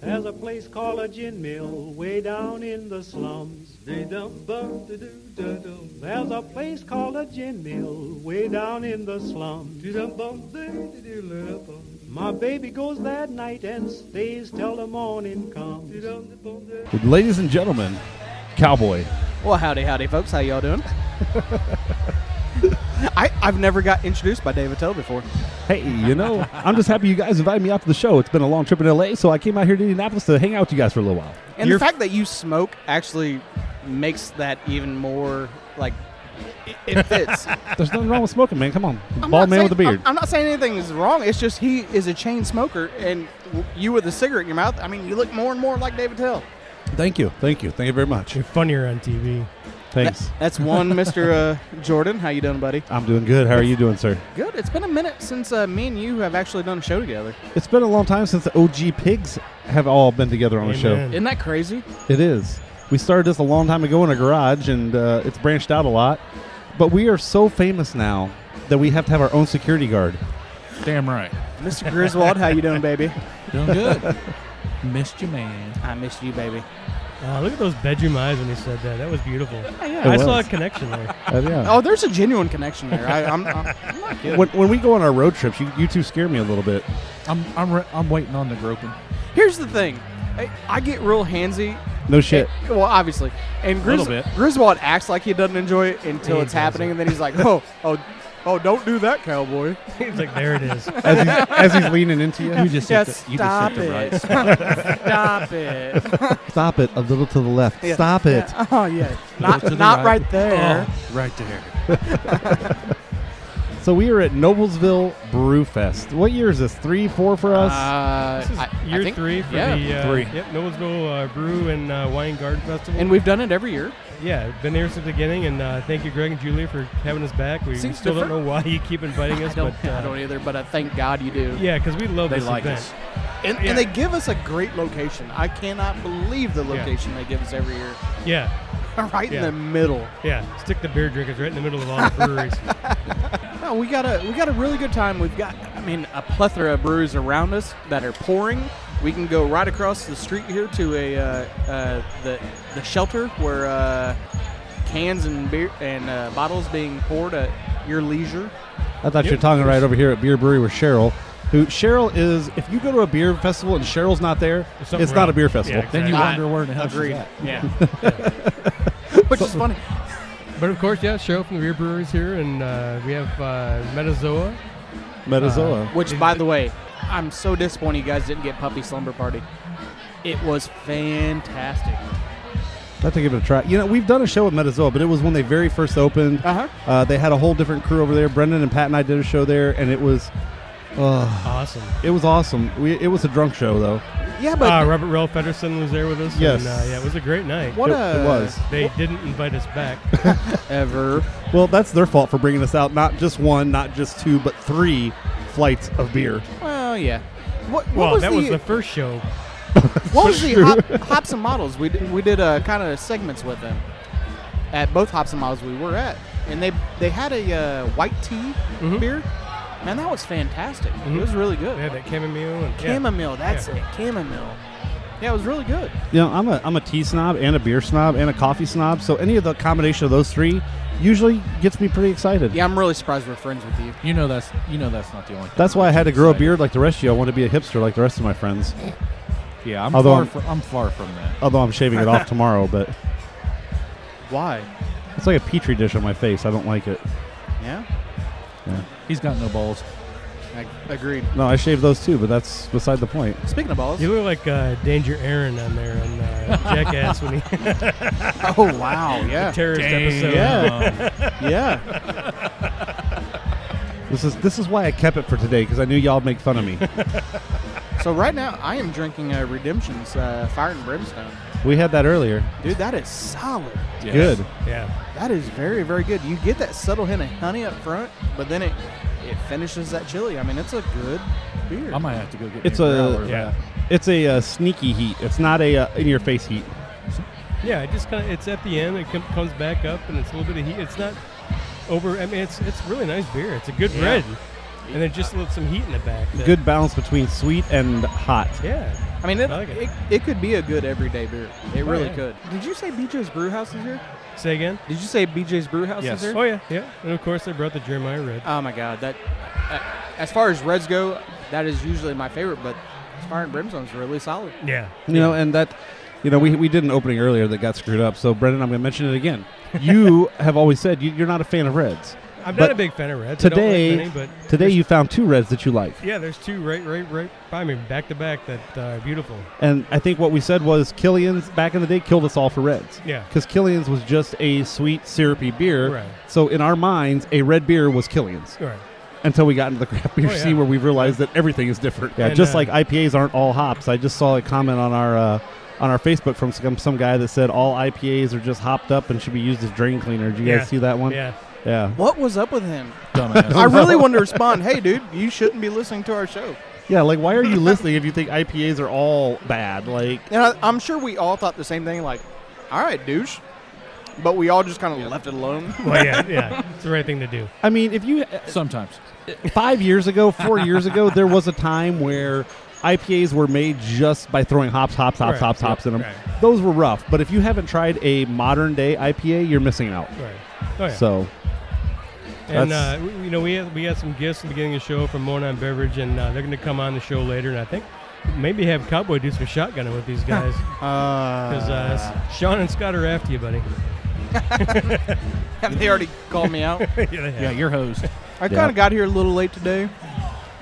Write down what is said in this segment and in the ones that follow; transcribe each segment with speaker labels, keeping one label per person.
Speaker 1: There's a place called a gin mill way down in the slums. Dee-dum-bum-dee-doo-doo-doo. There's a place called a gin mill way down in the slums. Dee-dum-bum-dee-doo-doo-doo. My baby goes that night and stays till the morning comes. Dee-dum-dee-bum-dee.
Speaker 2: Ladies and gentlemen, cowboy.
Speaker 3: Well, howdy, howdy, folks. How y'all doing? I, I've never got introduced by David Tell before.
Speaker 2: Hey, you know, I'm just happy you guys invited me out to the show. It's been a long trip in LA, so I came out here to Indianapolis to hang out with you guys for a little while.
Speaker 3: And
Speaker 2: You're-
Speaker 3: the fact that you smoke actually makes that even more like it, it fits.
Speaker 2: there's nothing wrong with smoking, man. Come on,
Speaker 3: I'm
Speaker 2: bald
Speaker 3: not
Speaker 2: man
Speaker 3: saying-
Speaker 2: with a beard.
Speaker 3: I'm, I'm not saying anything is wrong. It's just he is a chain smoker, and w- you with a cigarette in your mouth. I mean, you look more and more like David Tell.
Speaker 2: thank you, thank you, thank you very much.
Speaker 4: You're funnier on TV.
Speaker 2: Thanks.
Speaker 3: That's one, Mr. Uh, Jordan. How you doing, buddy?
Speaker 2: I'm doing good. How are you doing, sir?
Speaker 3: Good. It's been a minute since uh, me and you have actually done a show together.
Speaker 2: It's been a long time since the OG pigs have all been together on a show.
Speaker 4: Amen.
Speaker 3: Isn't that crazy?
Speaker 2: It is. We started this a long time ago in a garage, and uh, it's branched out a lot. But we are so famous now that we have to have our own security guard.
Speaker 5: Damn right.
Speaker 3: Mr. Griswold, how you doing, baby?
Speaker 5: Doing good. Missed you, man.
Speaker 3: I missed you, baby.
Speaker 4: Uh, look at those bedroom eyes when he said that. That was beautiful.
Speaker 3: yeah.
Speaker 4: I
Speaker 2: It
Speaker 4: saw a
Speaker 2: was.
Speaker 4: connection there.
Speaker 2: Uh, yeah.
Speaker 3: Oh, there's a genuine connection there. I, I'm, I'm, I'm not kidding.
Speaker 2: when, when we go on our road trips, you, you two scare me a little bit.
Speaker 5: I'm I'm, re- I'm waiting on the groping.
Speaker 3: Here's the thing. I, I get real handsy.
Speaker 2: No shit.
Speaker 3: Eh, well, obviously. And Gris-
Speaker 5: Little bit.
Speaker 3: Griswold acts like he doesn't enjoy it until
Speaker 4: He
Speaker 3: it's happening, and then he's like, oh, oh, oh, don't do that, cowboy.
Speaker 4: It's like there it is.
Speaker 2: As he's, as he's leaning into you,
Speaker 5: just
Speaker 3: Yeah,
Speaker 5: hit the- you just
Speaker 3: stop
Speaker 5: hit the
Speaker 3: it.
Speaker 5: right
Speaker 3: Stop it.
Speaker 2: stop it a little to the left.
Speaker 3: Yeah.
Speaker 2: Stop it.
Speaker 3: Oh, yeah. Not,
Speaker 5: to the
Speaker 3: not
Speaker 5: right. Oh,
Speaker 3: right there.
Speaker 5: right there.
Speaker 2: So we are at Noblesville Brew Fest. What year is this? Three, four for us?
Speaker 3: Uh,
Speaker 4: This is
Speaker 3: I- I
Speaker 4: year
Speaker 3: think-
Speaker 4: three for
Speaker 3: yeah.
Speaker 4: the uh,
Speaker 2: three.
Speaker 4: Yep, Noblesville uh, Brew and uh, Wine Garden Festival.
Speaker 3: And we've done it every year.
Speaker 4: yeah, been here since the beginning. And uh, thank you, Greg and Julia, for having us back. We, we
Speaker 3: See, the
Speaker 4: still
Speaker 3: fir-
Speaker 4: don't know why you keep inviting us,
Speaker 3: I don't,
Speaker 4: but uh,
Speaker 3: I don't either, but I thank God you do.
Speaker 4: yeah, because we love
Speaker 5: They
Speaker 4: this
Speaker 5: like
Speaker 4: event.
Speaker 5: us.
Speaker 3: And,
Speaker 4: Yeah.
Speaker 3: and they give us a great location. I cannot believe the location they give us every year.
Speaker 4: Yeah,
Speaker 3: right in
Speaker 4: Yeah.
Speaker 3: the middle.
Speaker 4: yeah. Stick the beer drinkers right in the middle of all the breweries.
Speaker 3: No, we got a we got a really good time. We've got I mean a plethora of breweries around us that are pouring. We can go right across the street here to a uh, uh, the the shelter where uh, cans and beer and uh, bottles being poured at your leisure.
Speaker 2: I thought you were talking right over here at Beer Brewery with Cheryl. Who Cheryl is? If you go to a beer festival and Cheryl's not there,
Speaker 4: There's
Speaker 2: it's
Speaker 4: something
Speaker 2: not a
Speaker 4: wrong.
Speaker 2: beer festival.
Speaker 4: Yeah,
Speaker 5: Then you
Speaker 3: Exactly.
Speaker 5: wonder where in the hell she's
Speaker 3: Agreed.
Speaker 5: at.
Speaker 3: Yeah,
Speaker 4: yeah.
Speaker 3: which is funny.
Speaker 4: But of course, yeah, Cheryl from the Beer Brewers here, and uh, we have uh, Metazoa. Uh,
Speaker 2: Metazoa.
Speaker 3: Which, by the way, I'm so disappointed you guys didn't get Puppy Slumber Party. It was fantastic.
Speaker 2: I have to give it a try. You know, we've done a show with Metazoa, but it was when they very first opened.
Speaker 3: Uh-huh.
Speaker 2: Uh, they had a whole different crew over there. Brendan and Pat and I did a show there, and it was, uh,
Speaker 4: Awesome.
Speaker 2: it was awesome. We, it was a drunk show though.
Speaker 3: Yeah, but
Speaker 4: Uh, Robert Ralph Federson was there with us.
Speaker 2: Yes.
Speaker 4: And, uh, yeah, it was a great night.
Speaker 3: what
Speaker 2: it,
Speaker 3: a
Speaker 2: it was.
Speaker 4: They didn't invite us back.
Speaker 3: ever.
Speaker 2: Well, that's their fault for bringing us out. Not just one, not just two, but three flights of beer.
Speaker 3: Well, yeah. What, what
Speaker 4: well,
Speaker 3: was
Speaker 4: that
Speaker 3: the,
Speaker 4: was the first show.
Speaker 3: what was the hop, hops and models? We did, we did uh, kind of segments with them at both hops and models we were at, and they they had a uh, white tea
Speaker 4: Mhm.
Speaker 3: beer. Man, that was fantastic. It
Speaker 4: Mhm.
Speaker 3: was really good.
Speaker 4: They had that chamomile and yeah.
Speaker 3: Chamomile, that's
Speaker 4: Yeah.
Speaker 3: it. Chamomile. Yeah, it was really good.
Speaker 2: You know, I'm a I'm a tea snob and a beer snob and a coffee snob. So any of the combination of those three usually gets me pretty excited.
Speaker 3: Yeah, I'm really surprised we're friends with you.
Speaker 5: You know that's you know that's not the only. Thing
Speaker 2: That's why I had to grow a
Speaker 5: Excited.
Speaker 2: beard like the rest of you. I want to be a hipster like the rest of my friends.
Speaker 5: Yeah, I'm
Speaker 2: Although
Speaker 5: far
Speaker 2: I'm-
Speaker 5: from I'm far from that.
Speaker 2: Although I'm shaving it off tomorrow, but
Speaker 3: Why?
Speaker 2: it's like a petri dish on my face. I don't like it.
Speaker 3: Yeah,
Speaker 5: He's got no balls.
Speaker 3: I agreed.
Speaker 2: No, I shaved those too, but that's beside the point.
Speaker 3: Speaking of balls,
Speaker 4: You look like uh, Danger Aaron on there on uh, Jackass when he
Speaker 3: oh wow, yeah,
Speaker 4: terrorist episode.
Speaker 5: Yeah.
Speaker 3: yeah.
Speaker 2: This is this is why I kept it for today because I knew y'all would make fun of me.
Speaker 3: So right now I am drinking uh, Redemption's uh, Fire and Brimstone.
Speaker 2: we had that earlier.
Speaker 3: Dude, that is solid.
Speaker 2: Good.
Speaker 4: Yeah.
Speaker 3: That is very, very good. You get that subtle hint of honey up front, but then it it finishes that chili. I mean, it's a good beer.
Speaker 5: I might have to go get.
Speaker 2: It's
Speaker 5: me a,
Speaker 2: a-
Speaker 5: growler of
Speaker 4: Yeah.
Speaker 2: It's a uh, sneaky heat. It's not a uh, in your face heat.
Speaker 4: Yeah. It just kind of it's at the end. It com- comes back up and it's a little bit of heat. It's not over. I mean, it's it's really nice beer. It's a good
Speaker 3: Uh,
Speaker 4: red, and it just lets some heat in the back. that-
Speaker 2: Good balance between sweet and hot.
Speaker 4: Yeah.
Speaker 3: I mean, it,
Speaker 4: I like
Speaker 3: it.
Speaker 4: it. Oh,
Speaker 3: It, could be a good everyday beer. It really
Speaker 4: yeah.
Speaker 3: could. Did you say BJ's Brewhouse is here?
Speaker 4: Say again?
Speaker 3: Did you say BJ's Brewhouse
Speaker 5: Yes.
Speaker 3: is
Speaker 4: Oh
Speaker 3: here?
Speaker 4: yeah, yeah. And of course, they brought the Jeremiah Red.
Speaker 3: Oh my God, that. Uh, as far as reds go, that is usually my favorite, but Fire and Brimstone's really solid.
Speaker 4: Yeah.
Speaker 2: You know, and that, you know, we, we did an opening earlier that got screwed up. So, Brendan, I'm going to mention it again. You have always said you, you're not a fan of reds.
Speaker 4: I'm
Speaker 2: But
Speaker 4: not a big fan of Reds. I
Speaker 2: Today,
Speaker 4: don't like many, but
Speaker 2: today you found two reds that you like.
Speaker 4: yeah, there's two right, right, right by me, back to back, that uh, are beautiful.
Speaker 2: And I think what we said was Killian's back in the day killed us all for reds.
Speaker 4: Yeah.
Speaker 2: Because Killian's was just a sweet, syrupy beer.
Speaker 4: Right.
Speaker 2: So, in our minds, a red beer was Killian's
Speaker 4: All right.
Speaker 2: until we got into the craft beer
Speaker 4: Oh, yeah.
Speaker 2: scene where we've realized that everything is different. Yeah,
Speaker 4: And,
Speaker 2: just
Speaker 4: uh,
Speaker 2: like IPAs aren't all hops. I just saw a comment on our. Uh, on our Facebook from some, some guy that said all IPAs are just hopped up and should be used as drain cleaner. Did you
Speaker 4: Yeah.
Speaker 2: guys see that one?
Speaker 4: Yeah.
Speaker 2: Yeah.
Speaker 3: What was up with him?
Speaker 5: Dumbass.
Speaker 3: I really want to respond. Hey, dude, you shouldn't be listening to our show.
Speaker 2: Yeah, like why are you listening if you think IPAs are all bad? Like
Speaker 3: And I, I'm sure we all thought the same thing. Like, all right, douche. But we all just kind of left it alone.
Speaker 4: Well, yeah, yeah. It's the right thing to do.
Speaker 2: I mean, if you uh,
Speaker 5: Sometimes.
Speaker 2: 5 years ago, 4 years ago, there was a time where IPAs were made just by throwing hops, hops, hops,
Speaker 4: Right.
Speaker 2: hops, hops in them.
Speaker 4: Right.
Speaker 2: Those were rough, but if you haven't tried a modern day IPA, you're missing out.
Speaker 4: All right. Oh yeah.
Speaker 2: So,
Speaker 4: And
Speaker 2: That's-
Speaker 4: uh, we- you know, we had, we had some gifts at the beginning of the show from Monon Beverage, and uh, they're going to come on the show later. And I think maybe have Cowboy do some shotgunning with these guys because uh, s- Sean and Scott are after you, buddy.
Speaker 3: they already called me out.
Speaker 4: yeah, they have.
Speaker 5: Yeah, your host.
Speaker 3: I kind of got here a little late today,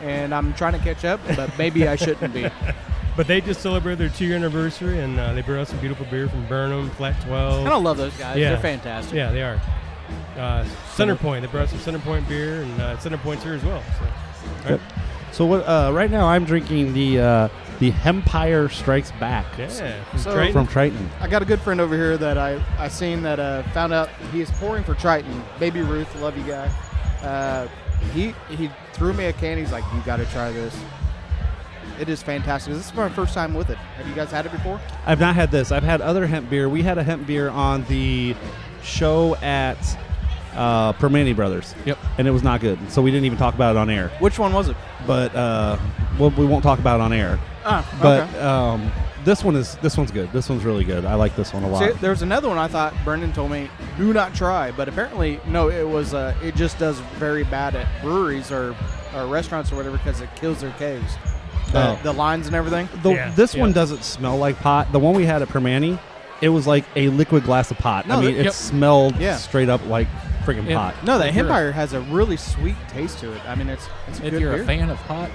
Speaker 3: and I'm trying to catch up, but maybe I shouldn't be. Kind
Speaker 4: But they just celebrated their two year anniversary, and uh, they brought out some beautiful beer from Burnham, Flat Twelve.
Speaker 3: of love those guys.
Speaker 4: Yeah.
Speaker 3: They're fantastic.
Speaker 4: Yeah, they are. Uh, Center Point. They brought some Center Point beer, and uh, Center Point's here as well. So.
Speaker 2: so what uh, right now I'm drinking the uh, the Empire Strikes Back
Speaker 4: Yeah, from
Speaker 3: So-
Speaker 4: Triton.
Speaker 2: from Triton.
Speaker 3: I got a good friend over here that I, I seen that uh, found out he is pouring for Triton. Baby Ruth, love you guy. Uh, he he threw me a can. He's like, you got to try this. It is fantastic. This is my first time with it. Have you guys had it before?
Speaker 2: I've not had this. I've had other hemp beer. We had a hemp beer on the show at uh, Permani Brothers.
Speaker 5: Yep.
Speaker 2: And it was not good. So we didn't even talk about it on air.
Speaker 3: Which one was it?
Speaker 2: But uh, well, we won't talk about it on air.
Speaker 3: Ah,
Speaker 2: But
Speaker 3: okay.
Speaker 2: um, this one is this one's good. This one's really good. I like this one a lot.
Speaker 3: See, there was another one I thought Brendan told me do not try, but apparently no, it was uh, it just does very bad at breweries or, or restaurants or whatever because it kills their caves, the,
Speaker 2: Oh.
Speaker 3: the lines and everything.
Speaker 2: The-
Speaker 4: Yeah,
Speaker 2: this one
Speaker 4: yeah.
Speaker 2: doesn't smell like pot. The one we had at Permani, it was like a liquid glass of pot.
Speaker 3: No,
Speaker 2: I mean,
Speaker 3: that-
Speaker 2: it
Speaker 5: yep.
Speaker 2: smelled
Speaker 3: Yeah.
Speaker 2: straight up like freaking
Speaker 5: Yeah.
Speaker 2: pot.
Speaker 3: No, that
Speaker 5: If you're-
Speaker 3: Empire has a really sweet taste to it. I mean, it's it's a
Speaker 5: If
Speaker 3: good
Speaker 5: you're
Speaker 3: beer.
Speaker 5: a fan of hot,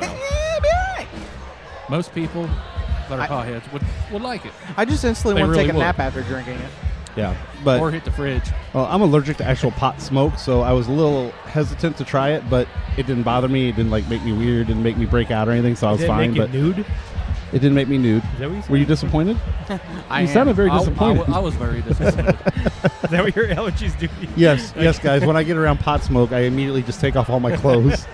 Speaker 5: yeah, well, most people that are
Speaker 3: I-
Speaker 5: hotheads would, would like it.
Speaker 3: I just instantly
Speaker 5: They
Speaker 3: want to
Speaker 5: really
Speaker 3: take a
Speaker 5: would.
Speaker 3: nap after drinking it.
Speaker 2: Yeah, but
Speaker 5: or hit the fridge.
Speaker 2: Well, I'm allergic to actual pot smoke, so I was a little hesitant to try it, but it didn't bother me. It didn't like make me weird, didn't make me break out or anything, so I was
Speaker 4: Did it
Speaker 2: fine.
Speaker 4: make
Speaker 2: But
Speaker 4: it nude?
Speaker 2: it didn't make me nude.
Speaker 4: Is that what you said?
Speaker 2: Were you disappointed?
Speaker 3: I
Speaker 2: You
Speaker 3: am.
Speaker 2: sounded very
Speaker 5: I, I,
Speaker 2: disappointed.
Speaker 5: wa- I was very disappointed.
Speaker 4: Is that what your allergies do?
Speaker 2: yes, yes, guys. When I get around pot smoke, I immediately just take off all my clothes.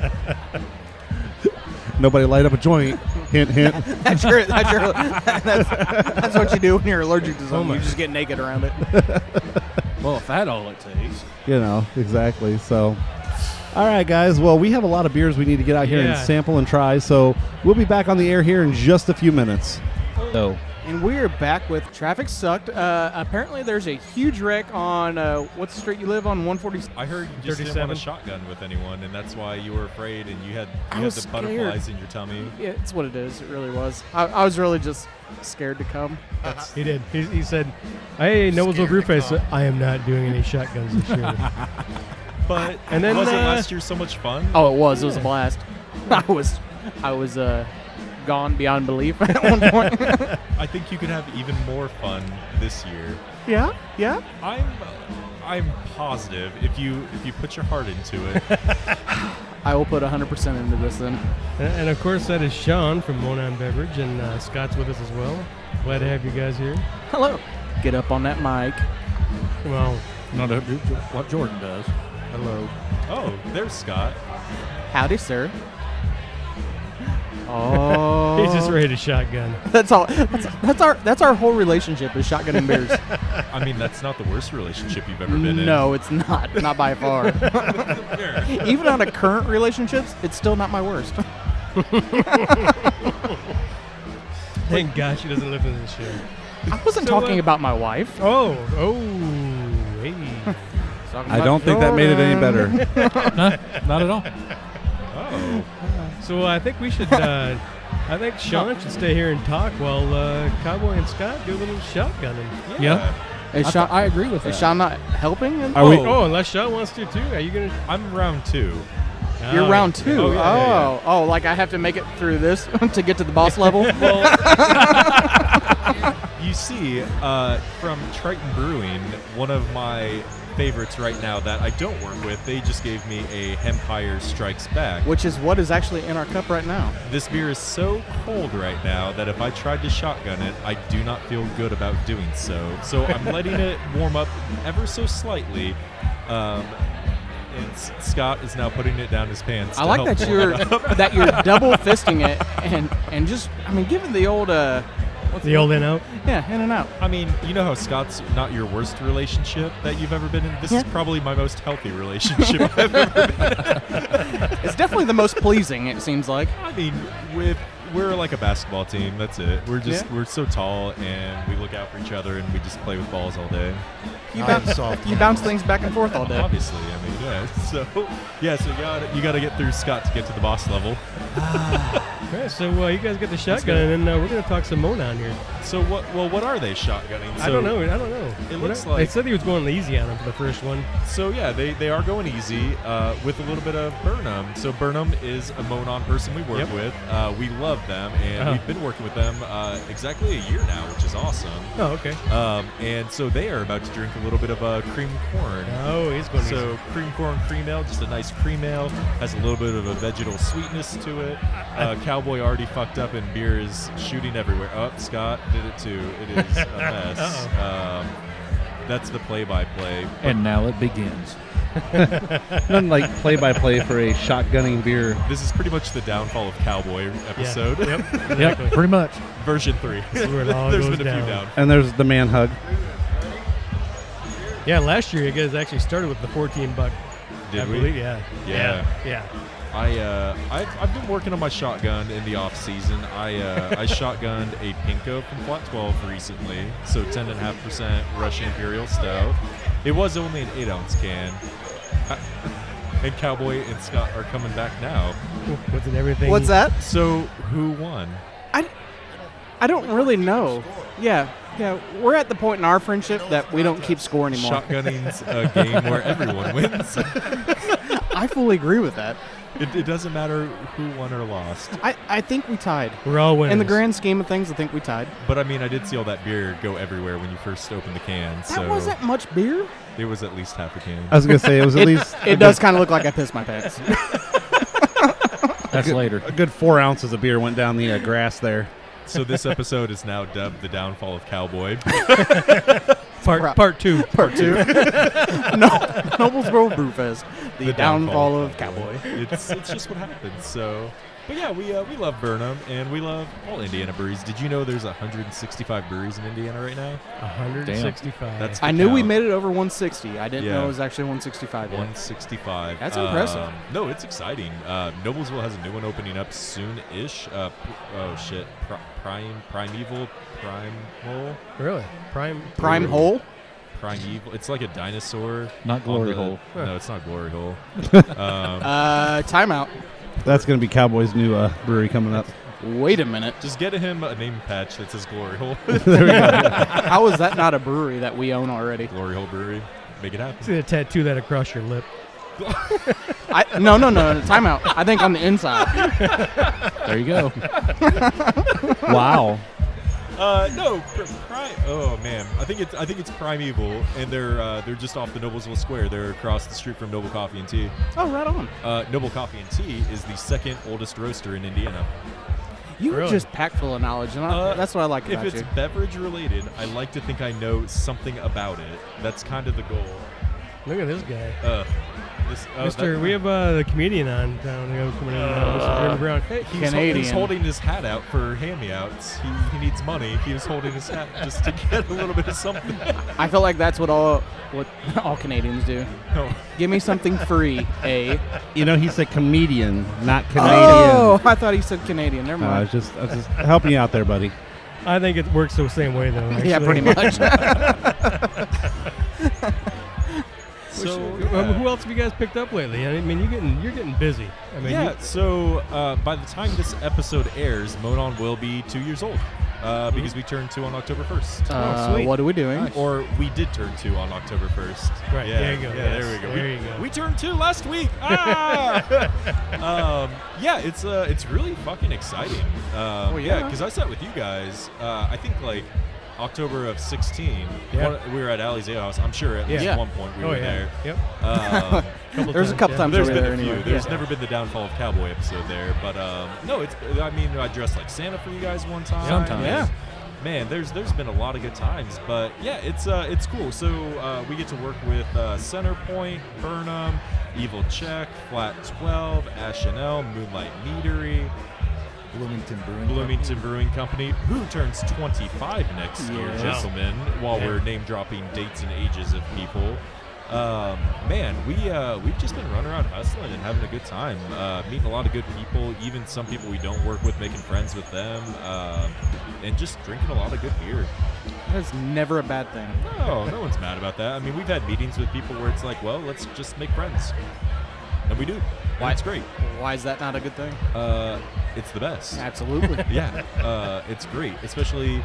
Speaker 2: Nobody light up a joint. Hint, hint.
Speaker 3: that's your, that's, your that's, that's what you do when you're allergic to something.
Speaker 4: my.
Speaker 3: you just get naked around it.
Speaker 5: well, if that all it takes.
Speaker 2: You know exactly. So, all right, guys. Well, we have a lot of beers we need to get out here
Speaker 4: Yeah.
Speaker 2: and sample and try. So we'll be back on the air here in just a few minutes. So.
Speaker 3: And we are back with Traffic Sucked. Uh, apparently, there's a huge wreck on uh, what's the street you live on? 140.
Speaker 6: I heard you just didn't want
Speaker 4: 37.
Speaker 6: a shotgun with anyone, and that's why you were afraid, and you had
Speaker 3: I
Speaker 6: you had
Speaker 3: was
Speaker 6: the
Speaker 3: scared.
Speaker 6: butterflies in your tummy.
Speaker 3: Yeah, it's what it is. It really was. I, I was really just scared to come.
Speaker 4: He did. He, he said, "Hey, Nobles of Brewface, I am not doing any shotguns this year."
Speaker 6: But
Speaker 4: And then,
Speaker 6: wasn't
Speaker 4: uh,
Speaker 6: last year so much fun?
Speaker 3: Oh, it was. It was a blast. I was, I was uh, gone beyond belief at one point.
Speaker 6: I think you could have even more fun this year.
Speaker 3: yeah, yeah.
Speaker 6: I'm I'm positive if you if you put your heart into it.
Speaker 3: I will put 100% into this then.
Speaker 4: and, and of course, that is Sean from Monon Beverage, and uh, Scott's with us as well. Glad to have you guys here.
Speaker 3: Hello. Get up on that mic.
Speaker 4: Well,
Speaker 5: Not a- what Jordan does.
Speaker 3: Hello.
Speaker 6: oh, there's Scott.
Speaker 3: Howdy, sir. Oh,
Speaker 4: he's just ready to shotgun.
Speaker 3: that's all. That's, that's our that's our whole relationship is shotgun and beers.
Speaker 6: I mean, that's not the worst relationship you've ever been in.
Speaker 3: no, it's not. Not by far. Even on a current relationships, it's still not my worst.
Speaker 4: Thank God she doesn't live in this show.
Speaker 3: I wasn't
Speaker 4: So, uh,
Speaker 3: talking about my wife.
Speaker 4: Oh, oh, hey.
Speaker 3: Talking
Speaker 2: I
Speaker 3: about
Speaker 2: don't think that made it any
Speaker 3: Jordan.
Speaker 2: better.
Speaker 5: no, not at all.
Speaker 4: Oh. So I think we should. Uh, I think Sean should stay here and talk while uh, Cowboy and Scott do a little shotgunning.
Speaker 5: Yeah,
Speaker 3: Is
Speaker 5: I,
Speaker 3: Sean,
Speaker 5: I agree with that.
Speaker 3: is Sean not helping?
Speaker 2: Are we-
Speaker 4: Oh, unless Sean wants to too. Are you gonna?
Speaker 6: I'm round two.
Speaker 3: You're
Speaker 6: Ah,
Speaker 4: Oh,
Speaker 3: round two.
Speaker 4: Oh,
Speaker 3: Oh,
Speaker 4: yeah, yeah, yeah.
Speaker 3: oh, like I have to make it through this to get to the boss level.
Speaker 6: You see, uh, from Triton Brewing, one of my favorites right now that I don't work with, they just gave me a Hempire Strikes Back.
Speaker 3: which is what is actually in our cup right now.
Speaker 6: This beer is so cold right now that if I tried to shotgun it, I do not feel good about doing so. So I'm letting it warm up ever so slightly. Um, and S- Scott is now putting it down his pants.
Speaker 3: I
Speaker 6: to help
Speaker 3: like that
Speaker 6: warm
Speaker 3: you're
Speaker 6: it up.
Speaker 3: that you're double fisting it and and just I mean given the old uh what's
Speaker 4: The old in out.
Speaker 3: yeah in and out.
Speaker 6: I mean, you know how Scott's not your worst relationship that you've ever been in. This is probably my most healthy relationship I've ever.
Speaker 3: It's definitely the most pleasing. It seems like.
Speaker 6: I mean, with we're like a basketball team. That's it. We're just
Speaker 3: Yeah.
Speaker 6: we're so tall and we look out for each other and we just play with balls all day.
Speaker 3: You
Speaker 7: I am
Speaker 3: bounce,
Speaker 7: soft.
Speaker 3: you bounce things back and forth all day.
Speaker 6: Obviously, I mean, yeah. So yeah, so you got you got to get through Scott to get to the boss level.
Speaker 4: All right, so uh, you guys get the shotgun, and then uh, we're gonna talk some Monon here.
Speaker 6: So what? Well, what are they shotgunning? So,
Speaker 4: I don't know. I don't know.
Speaker 6: It looks
Speaker 4: They
Speaker 6: like-
Speaker 4: said he was going easy on him for the first one.
Speaker 6: So yeah, they, they are going easy uh, with a little bit of Burnham. So Burnham is a Monon person we work
Speaker 4: Yep.
Speaker 6: with. Uh, we love them, and
Speaker 4: Uh-huh.
Speaker 6: we've been working with them uh, exactly a year now, which is awesome.
Speaker 4: Oh, okay.
Speaker 6: Um, and so they are about to drink a little bit of uh, cream corn.
Speaker 4: Oh, he's going easy.
Speaker 6: So cream corn cream ale, just a nice cream ale, has a little bit of a vegetal sweetness to it. Uh, Cowboy already fucked up, and beer is shooting everywhere. Oh, Scott did it too. It is a mess. um, that's the play-by-play.
Speaker 5: and now it begins.
Speaker 2: Nothing like play by play for a shotgunning beer.
Speaker 6: This is pretty much the downfall of Cowboy episode,
Speaker 4: Yep.
Speaker 5: Yep,
Speaker 4: Exactly.
Speaker 5: pretty much.
Speaker 6: version three.
Speaker 4: is where it all
Speaker 6: There's
Speaker 4: goes
Speaker 6: been a
Speaker 4: down.
Speaker 6: few down.
Speaker 2: And there's the man hug.
Speaker 4: Yeah, last year you guys actually started with the 14 buck.
Speaker 6: Did
Speaker 4: I
Speaker 6: we?
Speaker 4: believe, yeah.
Speaker 6: Yeah.
Speaker 4: Yeah.
Speaker 6: I uh, I've, I've been working on my shotgun in the off season. I uh, I shotgunned a Pinko from Flat 12 recently, so 10.5 percent Russian Imperial Stout. It was only an eight ounce can. I- and Cowboy and Scott are coming back now.
Speaker 4: yeah. What's in everything?
Speaker 3: What's that?
Speaker 6: So who won?
Speaker 3: I don't really know. Yeah, yeah. We're at the point in our friendship that we don't keep score anymore.
Speaker 6: Shotgunning's a game where everyone wins.
Speaker 3: I fully agree with that.
Speaker 6: it, it doesn't matter who won or lost.
Speaker 3: I, I think we tied.
Speaker 4: We're all winners.
Speaker 3: In the grand scheme of things, I think we tied.
Speaker 6: But I mean, I did see all that beer go everywhere when you first opened the can.
Speaker 3: That
Speaker 6: so
Speaker 3: wasn't much beer.
Speaker 6: there was at least half a can.
Speaker 2: I was gonna say it was at
Speaker 3: It,
Speaker 2: least a
Speaker 3: it
Speaker 2: good-
Speaker 3: does kind of look like I pissed my pants.
Speaker 5: That's later.
Speaker 2: a good four ounces of beer went down the uh, grass there.
Speaker 6: So this episode is now dubbed the downfall of Cowboy.
Speaker 4: part, part two.
Speaker 3: Part two. no, Noblesboro Brewfest. The, downfall, of Cowboy.
Speaker 6: it's it's just what happens. So, but yeah, we uh, we love Burnham and we love all Indiana breweries. Did you know there's 165 breweries in Indiana right now?
Speaker 4: 165.
Speaker 6: That's
Speaker 3: I
Speaker 6: the
Speaker 3: knew we
Speaker 6: count.
Speaker 3: made it over 160. I didn't know
Speaker 6: Yeah.
Speaker 3: it was actually 165 yet.
Speaker 6: 165.
Speaker 3: That's impressive.
Speaker 6: Um, no, it's exciting. Uh, Noblesville has a new one opening up soon-ish. Uh, p- oh shit, Pri- Prime Primeval Primal
Speaker 4: really prime.
Speaker 3: Prime Hole?
Speaker 6: Primeval. It's like a dinosaur.
Speaker 5: Not
Speaker 6: on
Speaker 5: glory
Speaker 6: the-
Speaker 5: hole.
Speaker 6: No, it's not glory hole. um,
Speaker 3: Uh, timeout.
Speaker 2: That's gonna be Cowboy's new uh, brewery coming up.
Speaker 3: Wait a minute.
Speaker 6: Just get him a name patch that says Glory Hole.
Speaker 3: How is that not a brewery that we own already?
Speaker 6: Glory Hole Brewery. Make it happen.
Speaker 4: See the tattoo that across your lip.
Speaker 3: I, no, no, no, no. Timeout. I think on the inside.
Speaker 5: There you go.
Speaker 2: Wow.
Speaker 6: Uh, no, pr- pri- oh man, I think it's I think it's Primeval, and they're uh, they're just off the Noblesville Square. They're across the street from Noble Coffee and Tea.
Speaker 3: Oh, right on.
Speaker 6: Uh, Noble Coffee and Tea is the second oldest roaster in Indiana.
Speaker 3: You were
Speaker 4: Really?
Speaker 3: just packed full of knowledge, and I,
Speaker 6: Uh,
Speaker 3: that's what I like
Speaker 6: If
Speaker 3: about
Speaker 6: it's
Speaker 3: you.
Speaker 6: beverage related, I like to think I know something about it. That's kind of the goal.
Speaker 4: Look at this guy.
Speaker 6: Uh, this, oh,
Speaker 4: Mister,
Speaker 6: that-
Speaker 4: we have uh, the comedian on town uh, coming in. Uh, Mr. Jeremy Brown.
Speaker 6: He
Speaker 4: Hey,
Speaker 6: was, hol- he was
Speaker 3: Canadian.
Speaker 6: holding his hat out for hand-me-outs. He, he needs money. He was holding his hat just to get a little bit of something.
Speaker 3: I feel like that's what all what all Canadians do.
Speaker 6: No.
Speaker 3: Give me something free, eh?
Speaker 2: You know he's a comedian, not Canadian.
Speaker 3: Oh, I thought he said Canadian. Never
Speaker 2: No, I was
Speaker 3: mind.
Speaker 2: just, I was just helping you out there, buddy.
Speaker 4: I think it works the same way though.
Speaker 3: yeah,
Speaker 4: actually.
Speaker 3: pretty much.
Speaker 6: So
Speaker 4: Um,
Speaker 6: yeah.
Speaker 4: who else have you guys picked up lately? I mean, you're getting you're getting busy. I mean,
Speaker 6: yeah, so uh, by the time this episode airs, Monon will be two years old uh, because we turned two on October 1st.
Speaker 3: Uh,
Speaker 4: Mm-hmm. Oh, sweet.
Speaker 3: what are we doing?
Speaker 6: Or we did turn two on October 1st.
Speaker 4: Right,
Speaker 6: yeah,
Speaker 4: there you go,
Speaker 6: Yeah,
Speaker 4: yes,
Speaker 6: there we go.
Speaker 4: there
Speaker 6: we,
Speaker 4: you go.
Speaker 6: we turned two last week. Ah! um, yeah, it's uh, it's really fucking exciting. Um,
Speaker 3: Oh,
Speaker 6: yeah,
Speaker 3: yeah.
Speaker 6: because I sat with you guys, uh, I think like October of 16.
Speaker 4: Yeah.
Speaker 6: One- we were at Ali's Ale House. I'm sure at least
Speaker 4: Yeah.
Speaker 6: one point we
Speaker 4: oh
Speaker 6: were
Speaker 4: yeah,
Speaker 6: there.
Speaker 4: yep.
Speaker 6: Um,
Speaker 3: There's a couple times
Speaker 6: There's
Speaker 3: over
Speaker 6: been
Speaker 3: there
Speaker 6: a few.
Speaker 3: anyway.
Speaker 6: There's
Speaker 4: Yeah.
Speaker 6: never been the downfall of cowboy episode there, but um, no, it's. I mean, I dressed like Santa for you guys one time.
Speaker 5: Sometimes.
Speaker 3: Yeah.
Speaker 6: Man, there's there's been a lot of good times, but yeah, it's uh, it's cool. So uh, we get to work with uh, Centerpoint, Burnham, Evil Check, Flat Twelve, Ashenel, Moonlight Meadery,
Speaker 5: Bloomington Brewing.
Speaker 6: Bloomington Brewing Company, who turns 25 next year,
Speaker 4: Yeah.
Speaker 6: gentlemen, while
Speaker 4: Yeah.
Speaker 6: we're name dropping dates and ages of people. Um, man, we uh, we've just been running around hustling and having a good time, uh, meeting a lot of good people, even some people we don't work with, making friends with them, um and just drinking a lot of good beer.
Speaker 3: That's never a bad thing.
Speaker 6: No, no one's mad about that. I mean, we've had meetings with people where it's like, well, let's just make friends, and we do. And
Speaker 3: Why-
Speaker 6: it's great.
Speaker 3: Why is that not a good thing?
Speaker 6: Uh, it's the best.
Speaker 3: Absolutely.
Speaker 6: yeah, uh, it's great, especially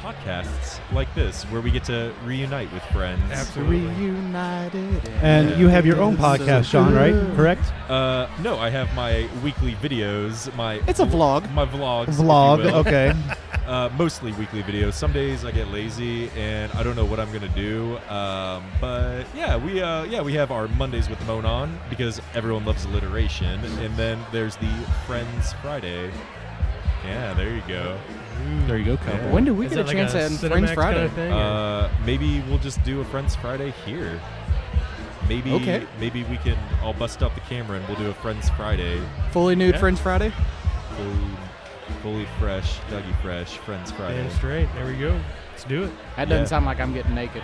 Speaker 6: podcasts like this where we get to reunite with friends.
Speaker 4: Absolutely.
Speaker 3: Reunited.
Speaker 2: And you have your own podcast, Sean, right? Correct?
Speaker 6: Uh, no, I have my weekly videos. My
Speaker 3: It's a vlog.
Speaker 6: My vlogs. if you
Speaker 2: Vlog.
Speaker 6: will.
Speaker 2: Okay.
Speaker 6: Uh, mostly weekly videos. Some days I get lazy and I don't know what I'm gonna do. Um, but yeah, we uh, yeah we have our Mondays with Monon because everyone loves alliteration, and then there's the Friends Friday. Yeah, there you go.
Speaker 5: There you go, cowboy.
Speaker 3: When do we
Speaker 4: Is
Speaker 3: get a
Speaker 4: that like
Speaker 3: chance
Speaker 4: a
Speaker 3: at
Speaker 4: Cinemax
Speaker 3: Friends Friday?
Speaker 4: Kind of thing, or-
Speaker 6: Uh, maybe we'll just do a Friends Friday here. Maybe
Speaker 3: Okay.
Speaker 6: maybe we can all bust out the camera and we'll do a Friends Friday.
Speaker 3: Fully nude
Speaker 6: Yeah.
Speaker 3: Friends Friday?
Speaker 6: Fully, fully fresh, Dougie Fresh, Friends Friday.
Speaker 4: Damn straight. There we go. Let's do it.
Speaker 3: That doesn't
Speaker 6: Yeah.
Speaker 3: sound like I'm getting naked.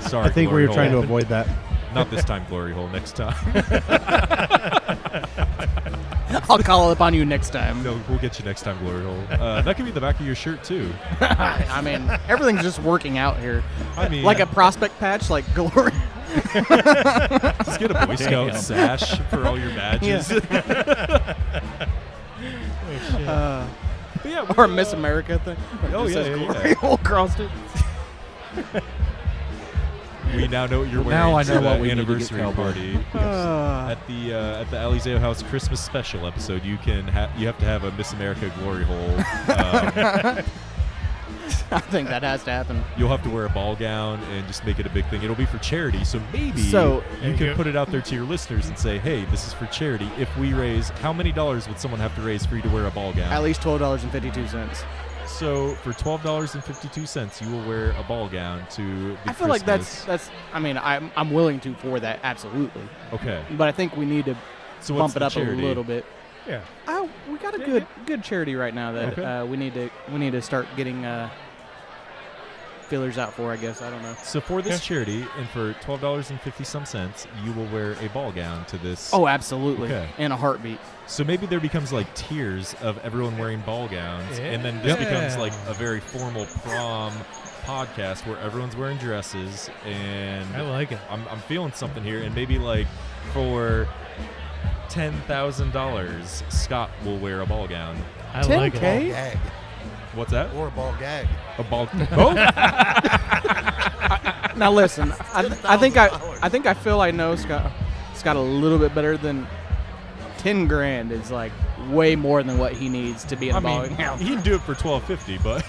Speaker 6: Sorry,
Speaker 2: I think we
Speaker 6: glory
Speaker 2: were trying to
Speaker 6: hole.
Speaker 2: avoid that.
Speaker 6: Not this time, glory hole. Next time,
Speaker 3: I'll call up on you next time.
Speaker 6: no, we'll get you next time, glory hole. Uh, that could be the back of your shirt too.
Speaker 3: I mean, everything's just working out here.
Speaker 6: I mean,
Speaker 3: Like a prospect patch, like glory.
Speaker 6: just get a Boy Scout sash for all your badges.
Speaker 4: Oh,
Speaker 3: Uh,
Speaker 6: But yeah, we,
Speaker 3: or a Miss
Speaker 6: uh,
Speaker 3: America thing.
Speaker 6: Oh,
Speaker 3: It
Speaker 6: yeah,
Speaker 3: says
Speaker 6: yeah,
Speaker 3: glory
Speaker 6: yeah.
Speaker 3: all across it.
Speaker 6: We now know what you're wearing
Speaker 5: Now I
Speaker 6: to
Speaker 5: know
Speaker 6: the
Speaker 5: what we need to get
Speaker 6: anniversary
Speaker 5: cowboy.
Speaker 6: party.
Speaker 3: Uh,
Speaker 6: At the uh, at the Eliseo House Christmas special episode, you can ha- you have to have a Miss America glory hole. Um,
Speaker 3: I think that has to happen.
Speaker 6: you'll have to wear a ball gown and just make it a big thing. It'll be for charity, so maybe
Speaker 3: So-
Speaker 6: you
Speaker 4: Thank
Speaker 6: can
Speaker 4: you.
Speaker 6: put it out there to your listeners and say, "Hey, this is for charity. If we raise, how many dollars would someone have to raise for you to wear a ball gown?"
Speaker 3: At least twelve dollars and fifty-two cents.
Speaker 6: so for twelve dollars and fifty two cents, you will wear a ball gown to. The
Speaker 3: I feel like that's
Speaker 6: Christmas-
Speaker 3: that's. I mean, I'm I'm willing to for that absolutely,
Speaker 6: okay.
Speaker 3: but I think we need to
Speaker 6: So what's
Speaker 3: bump it
Speaker 6: the
Speaker 3: up
Speaker 6: charity?
Speaker 3: a little bit.
Speaker 4: Yeah.
Speaker 3: Oh, we got a good good charity right now that
Speaker 6: Okay.
Speaker 3: uh, we need to we need to start getting uh, fillers out for. I guess I don't know.
Speaker 6: So for this charity and for twelve dollars and fifty some cents, you will wear a ball gown to this.
Speaker 3: Oh, absolutely,
Speaker 6: Okay.
Speaker 3: in a heartbeat.
Speaker 6: So maybe there becomes like tiers of everyone wearing ball gowns, and then this
Speaker 4: Yeah.
Speaker 6: becomes like a very formal prom podcast where everyone's wearing dresses, and
Speaker 4: I like it.
Speaker 6: I'm, I'm feeling something here, and maybe like for ten thousand dollars, Scott will wear a ball gown.
Speaker 4: I
Speaker 3: Ten
Speaker 4: like it.
Speaker 3: k.
Speaker 7: Gag
Speaker 6: What's that?
Speaker 7: or a ball gag.
Speaker 6: A ball? Oh,
Speaker 3: Now listen, I, I think I I think I feel I know Scott Scott a little bit better than ten grand is like way more than what he needs to be
Speaker 6: I
Speaker 3: involved.
Speaker 6: mean, he can do it for twelve fifty, but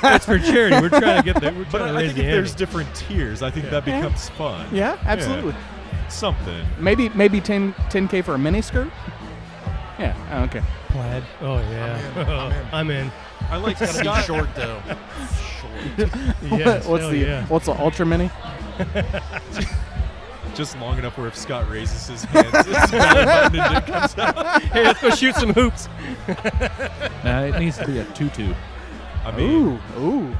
Speaker 4: That's for charity. We're trying to get there. We're
Speaker 6: but
Speaker 4: trying to
Speaker 6: I
Speaker 4: raise
Speaker 6: think
Speaker 4: the
Speaker 6: if there's
Speaker 4: ante.
Speaker 6: different tiers, I think that
Speaker 3: Yeah.
Speaker 6: becomes fun.
Speaker 3: yeah, absolutely.
Speaker 6: Something.
Speaker 3: Maybe maybe 10 k for a mini skirt. Yeah. oh, okay.
Speaker 4: plaid. Oh yeah. I'm in.
Speaker 6: I like
Speaker 7: Gotta
Speaker 6: Scott.
Speaker 7: be short though. Short.
Speaker 4: Yes,
Speaker 3: what's
Speaker 4: hell
Speaker 3: the
Speaker 4: yeah.
Speaker 3: what's the ultra mini?
Speaker 6: just long enough where if Scott raises his hands, it's not a button and it comes out.
Speaker 4: Hey, let's go shoot some hoops.
Speaker 5: Uh, it needs to be a tutu.
Speaker 6: I mean,
Speaker 3: Ooh, ooh.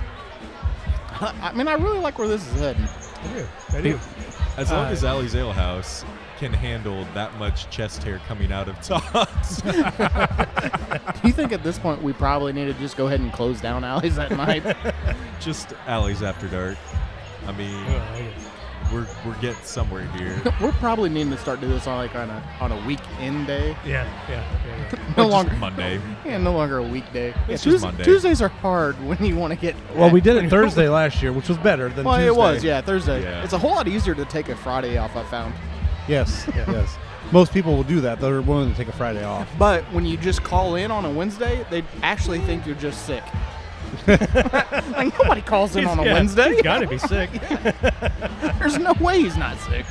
Speaker 3: I mean, I really like where this is heading.
Speaker 4: I do. I do.
Speaker 6: as long
Speaker 4: Uh,
Speaker 6: as Allie's Ale House can handle that much chest hair coming out of tops.
Speaker 8: Do you think at this point we probably need to just go ahead and close down alleys at night?
Speaker 6: Just alleys after dark. I mean,
Speaker 4: Oh,
Speaker 6: we're we're getting somewhere here.
Speaker 8: We're probably needing to start doing this on like on a on a weekend day.
Speaker 4: Yeah, yeah, yeah. yeah.
Speaker 8: No
Speaker 6: Just
Speaker 8: longer
Speaker 6: Monday.
Speaker 8: yeah, no longer a weekday. Yeah,
Speaker 6: just
Speaker 8: Tues-
Speaker 6: Monday.
Speaker 8: Tuesdays are hard when you want to get
Speaker 2: Well, we did it Thursday last year, which was better than
Speaker 8: Well,
Speaker 2: Tuesday.
Speaker 8: it was, yeah, Thursday.
Speaker 6: Yeah.
Speaker 8: It's a whole lot easier to take a Friday off, I found.
Speaker 2: Yes, yes. Most people will do that. They're willing to take a Friday off.
Speaker 8: But when you just call in on a Wednesday, they actually think you're just sick. like nobody calls in on a
Speaker 4: Yeah,
Speaker 8: Wednesday.
Speaker 4: He's got to be sick.
Speaker 8: There's no way he's not sick.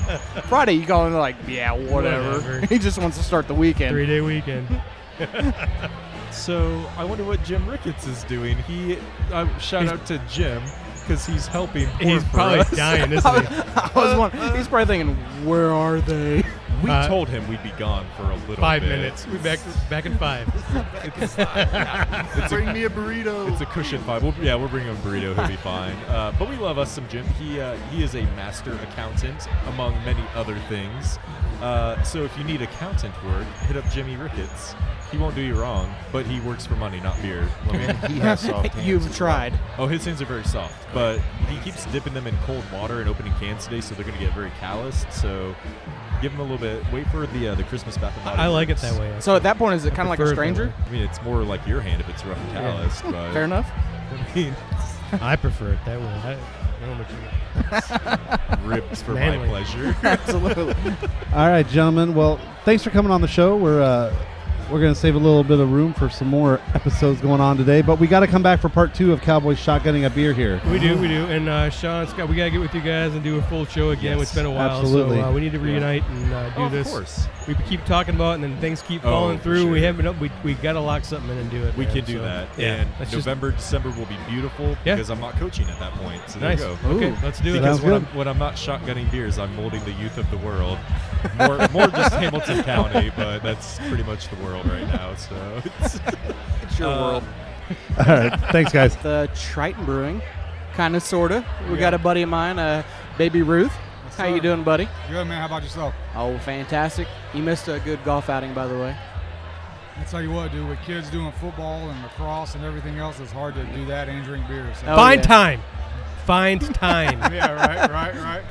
Speaker 8: Friday, you call in, they're like, yeah, whatever.
Speaker 4: Whatever.
Speaker 8: he just wants to start the weekend.
Speaker 4: Three day weekend.
Speaker 6: So I wonder what Jim Ricketts is doing. He uh, shout out to Jim because he's helping. Poor
Speaker 4: He's
Speaker 6: for
Speaker 4: probably
Speaker 6: us.
Speaker 4: dying, isn't he?
Speaker 8: I was wondering, he's probably thinking, where are they?
Speaker 6: We
Speaker 4: Uh,
Speaker 6: told him we'd be gone for a little
Speaker 4: Five
Speaker 6: bit.
Speaker 4: minutes. We back back in five.
Speaker 8: Bring me a burrito.
Speaker 6: It's a cushion five. We'll, yeah, we're bringing a burrito. He'll be fine. Uh, but we love us some Jim. He uh, he is a master accountant among many other things. Uh, so if you need accountant work, hit up Jimmy Ricketts. He won't do you wrong, but he works for money, not beer. Let me-
Speaker 7: He has soft hands.
Speaker 8: You've tried.
Speaker 6: oh, his hands are very soft, but he keeps dipping them in cold water and opening cans today, so they're going to get very calloused. So give him a little bit. Wait for the uh, the Christmas bath and body.
Speaker 4: I like it
Speaker 6: works.
Speaker 4: that way.
Speaker 8: So at that point, is it kind of like a
Speaker 4: prefer it that
Speaker 8: stranger?
Speaker 6: I mean, it's more like your hand if it's rough and calloused. But
Speaker 8: Fair enough.
Speaker 6: I mean,
Speaker 4: I prefer it that way. I, I don't know what you
Speaker 6: ribs for my
Speaker 4: Manly.
Speaker 6: pleasure.
Speaker 8: Absolutely.
Speaker 2: All right, gentlemen. Well, thanks for coming on the show. We're uh, we're gonna save a little bit of room for some more episodes going on today, but we got to come back for part two of Cowboys shotgunning a beer here.
Speaker 4: We do, we do. And uh, Sean, Scott, we got to get with you guys and do a full show again.
Speaker 6: Yes,
Speaker 4: it's been a while.
Speaker 2: absolutely.
Speaker 4: So uh, we need to reunite and uh, do
Speaker 6: Oh, of
Speaker 4: this.
Speaker 6: course.
Speaker 4: We keep talking about it and then things keep
Speaker 6: Oh,
Speaker 4: falling
Speaker 6: for
Speaker 4: through. We
Speaker 6: sure.
Speaker 4: haven't, we, we got to lock something in and do it.
Speaker 6: We
Speaker 4: man.
Speaker 6: can do
Speaker 4: So,
Speaker 6: that.
Speaker 4: Yeah.
Speaker 6: And
Speaker 4: Let's just-
Speaker 6: November, December will be beautiful
Speaker 4: Yeah.
Speaker 6: because I'm not coaching at that point. So
Speaker 4: nice.
Speaker 6: there you go.
Speaker 4: Okay,
Speaker 8: Ooh.
Speaker 4: let's do it.
Speaker 2: Sounds
Speaker 6: Because when I'm,
Speaker 2: good.
Speaker 6: when I'm not shotgunning beers, I'm molding the youth of the world. More, more just Hamilton County, but that's pretty much the world right now. So it's,
Speaker 8: It's your
Speaker 6: Uh,
Speaker 8: world.
Speaker 2: All right, thanks, guys.
Speaker 3: the Triton Brewing, kind of, sorta. We got a buddy of mine, uh, Baby Ruth. How you doing, buddy?
Speaker 9: Good man, how about yourself?
Speaker 3: Oh, fantastic! You missed a good golf outing, by the way.
Speaker 9: I tell you what, dude, with kids doing football and lacrosse and everything else, it's hard to do that and drink beer. So.
Speaker 3: Oh,
Speaker 4: Find
Speaker 3: yeah.
Speaker 4: time. Find time.
Speaker 9: yeah, right, right, right.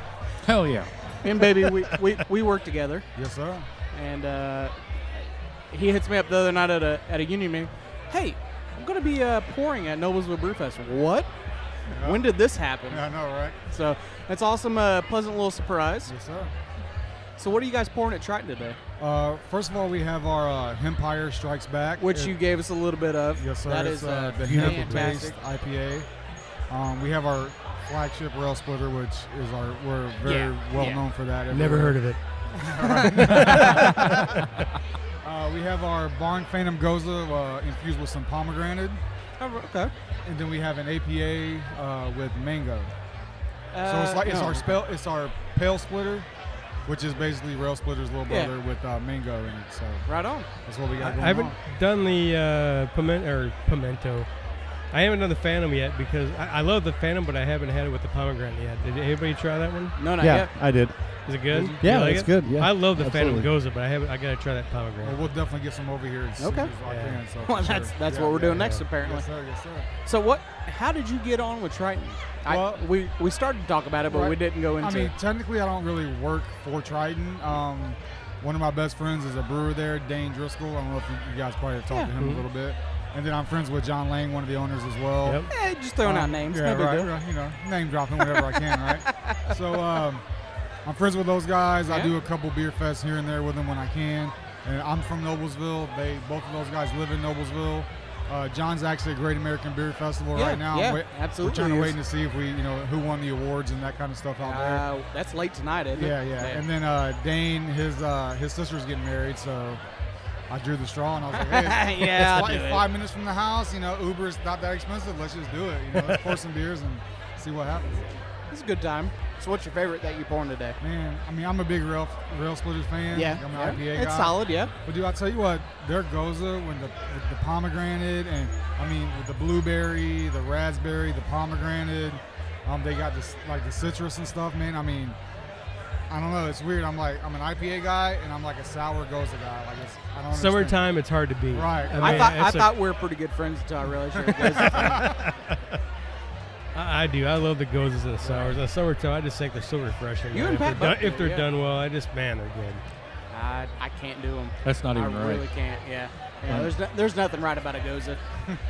Speaker 8: Hell yeah.
Speaker 3: Me and Baby, we, we, we work together,
Speaker 9: Yes, sir.
Speaker 3: and uh, he hits me up the other night at a at a union meeting. Hey, I'm gonna be uh, pouring at Noblesville Brewfest. What? When did this happen?
Speaker 9: Yeah, I know, right?
Speaker 3: So that's awesome. Uh, pleasant little surprise.
Speaker 9: Yes, sir.
Speaker 3: So what are you guys pouring at Triton today?
Speaker 9: Uh, first of all, we have our uh, Empire Strikes Back,
Speaker 3: Which
Speaker 9: It-
Speaker 3: you gave us a little bit of.
Speaker 9: yes, sir.
Speaker 3: That
Speaker 9: it's,
Speaker 3: is uh,
Speaker 9: the
Speaker 3: fantastic.
Speaker 9: hemp-based IPA. Um, we have our flagship rail splitter, which is our we're very
Speaker 3: Yeah,
Speaker 9: well
Speaker 3: yeah.
Speaker 9: known for that.
Speaker 4: Never heard of it.
Speaker 9: Uh, we have our Barn Phantom Goza uh, infused with some pomegranate,
Speaker 3: Oh, okay.
Speaker 9: and then we have an APA uh, with mango. So it's
Speaker 3: Uh,
Speaker 9: like it's
Speaker 3: no.
Speaker 9: our spell, it's our pale splitter, which is basically rail splitter's little
Speaker 3: Yeah.
Speaker 9: brother with uh, mango in it. So
Speaker 3: Right on.
Speaker 9: that's what we
Speaker 4: I
Speaker 9: got going
Speaker 4: haven't
Speaker 9: on.
Speaker 4: done the uh, piment or pimento. I haven't done the Phantom yet because I, I love the Phantom, but I haven't had it with the pomegranate yet. Did anybody try that one?
Speaker 3: No, not
Speaker 2: Yeah,
Speaker 3: yet. Mm-hmm.
Speaker 2: I did.
Speaker 4: Is it good?
Speaker 2: Yeah,
Speaker 4: You like
Speaker 2: it's
Speaker 4: it?
Speaker 2: good, yeah.
Speaker 4: I love the
Speaker 2: Absolutely.
Speaker 4: Phantom Goza, but I haven't. I gotta try that
Speaker 9: Well,
Speaker 4: pomegranate.
Speaker 9: we'll definitely get some over here. As
Speaker 3: Okay.
Speaker 9: Soon as I
Speaker 4: Yeah.
Speaker 9: can, so for
Speaker 3: Well, that's
Speaker 9: sure.
Speaker 3: that's
Speaker 9: Yeah,
Speaker 3: what we're
Speaker 9: yeah,
Speaker 3: doing
Speaker 9: yeah.
Speaker 3: next, apparently.
Speaker 9: Yes, sir. Yes, sir.
Speaker 3: So what? How did you get on with Triton?
Speaker 9: Well-
Speaker 3: I, we we started to talk about it, but we
Speaker 9: Right.
Speaker 3: didn't go into.
Speaker 9: I mean,
Speaker 3: it.
Speaker 9: technically, I don't really work for Triton. Um, one of my best friends is a brewer there, Dane Driscoll. I don't know if you you guys probably have talked to
Speaker 3: Mm-hmm.
Speaker 9: him a little bit. And then I'm friends with John Lang, one of the owners as well.
Speaker 4: Yep.
Speaker 3: Eh, just throwing out
Speaker 9: Um,
Speaker 3: names.
Speaker 9: Yeah,
Speaker 3: no big
Speaker 9: right,
Speaker 3: deal.
Speaker 9: right, You know, name dropping whenever I can, right? So um, I'm friends with those guys. I
Speaker 3: Yeah.
Speaker 9: do a couple beer fests here and there with them when I can. And I'm from Noblesville. They both of those guys live in Noblesville. Uh, John's actually at Great American Beer Festival
Speaker 3: Yeah,
Speaker 9: right now. I'm
Speaker 3: yeah,
Speaker 9: We're trying
Speaker 3: absolutely
Speaker 9: to
Speaker 3: is.
Speaker 9: wait to see if we, you know, who won the awards and that kind of stuff out there.
Speaker 3: Uh, that's late tonight, isn't
Speaker 9: Yeah,
Speaker 3: it?
Speaker 9: yeah. And then uh, Dane, his uh, his sister's getting married, so I drew the straw and I was like, hey, it's-
Speaker 3: Yeah, I'll
Speaker 9: it's
Speaker 3: do
Speaker 9: like
Speaker 3: it.
Speaker 9: five minutes from the house. You know, Uber's not that expensive. Let's just do it. You know, let's pour some beers and see what happens.
Speaker 3: it's a good time. So what's your favorite that you pouring today?
Speaker 9: Man, I mean, I'm a big rail rail splitters fan.
Speaker 3: Yeah,
Speaker 9: I'm an
Speaker 3: yeah.
Speaker 9: IPA guy.
Speaker 3: it's solid. Yeah,
Speaker 9: But dude, I tell you what, their goza when the with the pomegranate and I mean with the blueberry, the raspberry, the pomegranate, um, they got this like the citrus and stuff, man. I mean, I don't know. It's weird. I'm like I'm an IPA guy and I'm like a sour goza guy. Like it's I don't. understand.
Speaker 4: Summertime, it's hard to beat.
Speaker 9: Right.
Speaker 4: I,
Speaker 9: I
Speaker 4: mean,
Speaker 3: I thought I
Speaker 4: it's a-
Speaker 3: thought we were pretty good friends until I realized you were guys.
Speaker 4: I, I do. I love the gozes and the sours. In the summertime, I just think they're so refreshing.
Speaker 3: You
Speaker 4: man.
Speaker 3: and
Speaker 4: if they're,
Speaker 3: Pat
Speaker 4: done,
Speaker 3: both
Speaker 4: if
Speaker 3: do,
Speaker 4: they're
Speaker 3: yeah.
Speaker 4: done well, I just man, they're good.
Speaker 3: I, I can't do them.
Speaker 5: That's not even
Speaker 3: I
Speaker 5: right.
Speaker 3: really can't. Yeah. Yeah.
Speaker 5: Yeah.
Speaker 3: There's no, there's nothing right about a goza.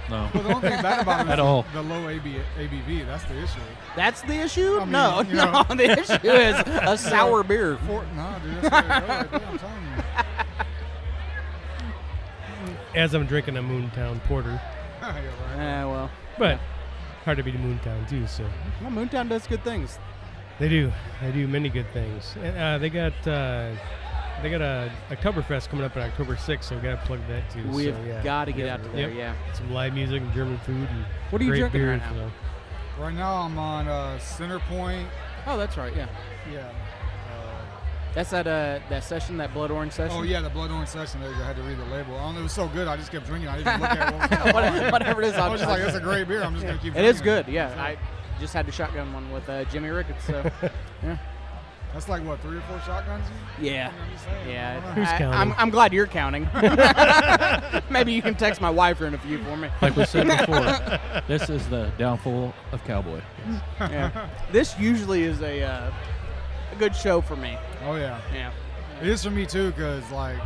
Speaker 5: No.
Speaker 9: Well, the only thing bad about it is
Speaker 5: At
Speaker 9: the-
Speaker 5: all.
Speaker 9: the low AB, ABV. That's the issue.
Speaker 3: That's the issue.
Speaker 9: I mean,
Speaker 3: no,
Speaker 9: you
Speaker 3: no.
Speaker 9: know.
Speaker 3: The issue is a sour beer.
Speaker 9: Fort, nah, dude. That's where it goes right there, I'm telling you.
Speaker 4: As I'm drinking a Moontown Porter,
Speaker 9: Yeah, right.
Speaker 3: Yeah. Well,
Speaker 4: but hard to beat a Moontown too. So
Speaker 3: well, Moontown does good things.
Speaker 4: they do. They do many good things. And, uh, they got uh, they got a Oktoberfest coming up on October 6th, so we got to plug that too.
Speaker 3: We've
Speaker 4: so, yeah.
Speaker 3: got to get
Speaker 4: Yeah,
Speaker 3: out to there.
Speaker 4: yep.
Speaker 3: Yeah.
Speaker 4: Some live music and German food. And
Speaker 3: What are you
Speaker 4: great
Speaker 3: drinking
Speaker 4: beer,
Speaker 3: right now?
Speaker 4: so-
Speaker 9: Right now I'm on uh, Center Point.
Speaker 3: Oh, that's right. Yeah.
Speaker 9: Yeah. Uh,
Speaker 3: That's that uh that session, that blood orange session.
Speaker 9: Oh yeah, the blood orange session. There you go. I had to read the label. I don't know. It was so good. I just kept drinking. I didn't even look at what was going on.
Speaker 3: whatever, whatever it is.
Speaker 9: I
Speaker 3: I'm-
Speaker 9: was just like, that's a great beer. I'm just gonna keep.
Speaker 3: It is
Speaker 9: drinking
Speaker 3: good. Yeah. I just had the shotgun one with uh, Jimmy Ricketts. So.
Speaker 9: That's like what three or four shotguns.
Speaker 3: yeah.
Speaker 9: You know what I'm saying?
Speaker 3: Yeah,
Speaker 4: Who's
Speaker 3: I,
Speaker 4: counting?
Speaker 3: I'm, I'm glad you're counting. Maybe you can text my wife in a few for me.
Speaker 5: Like we said before, this is the downfall of Cowboy.
Speaker 3: Yeah. This usually is a uh, a good show for me.
Speaker 9: Oh yeah.
Speaker 3: Yeah.
Speaker 9: It is for me too, cause like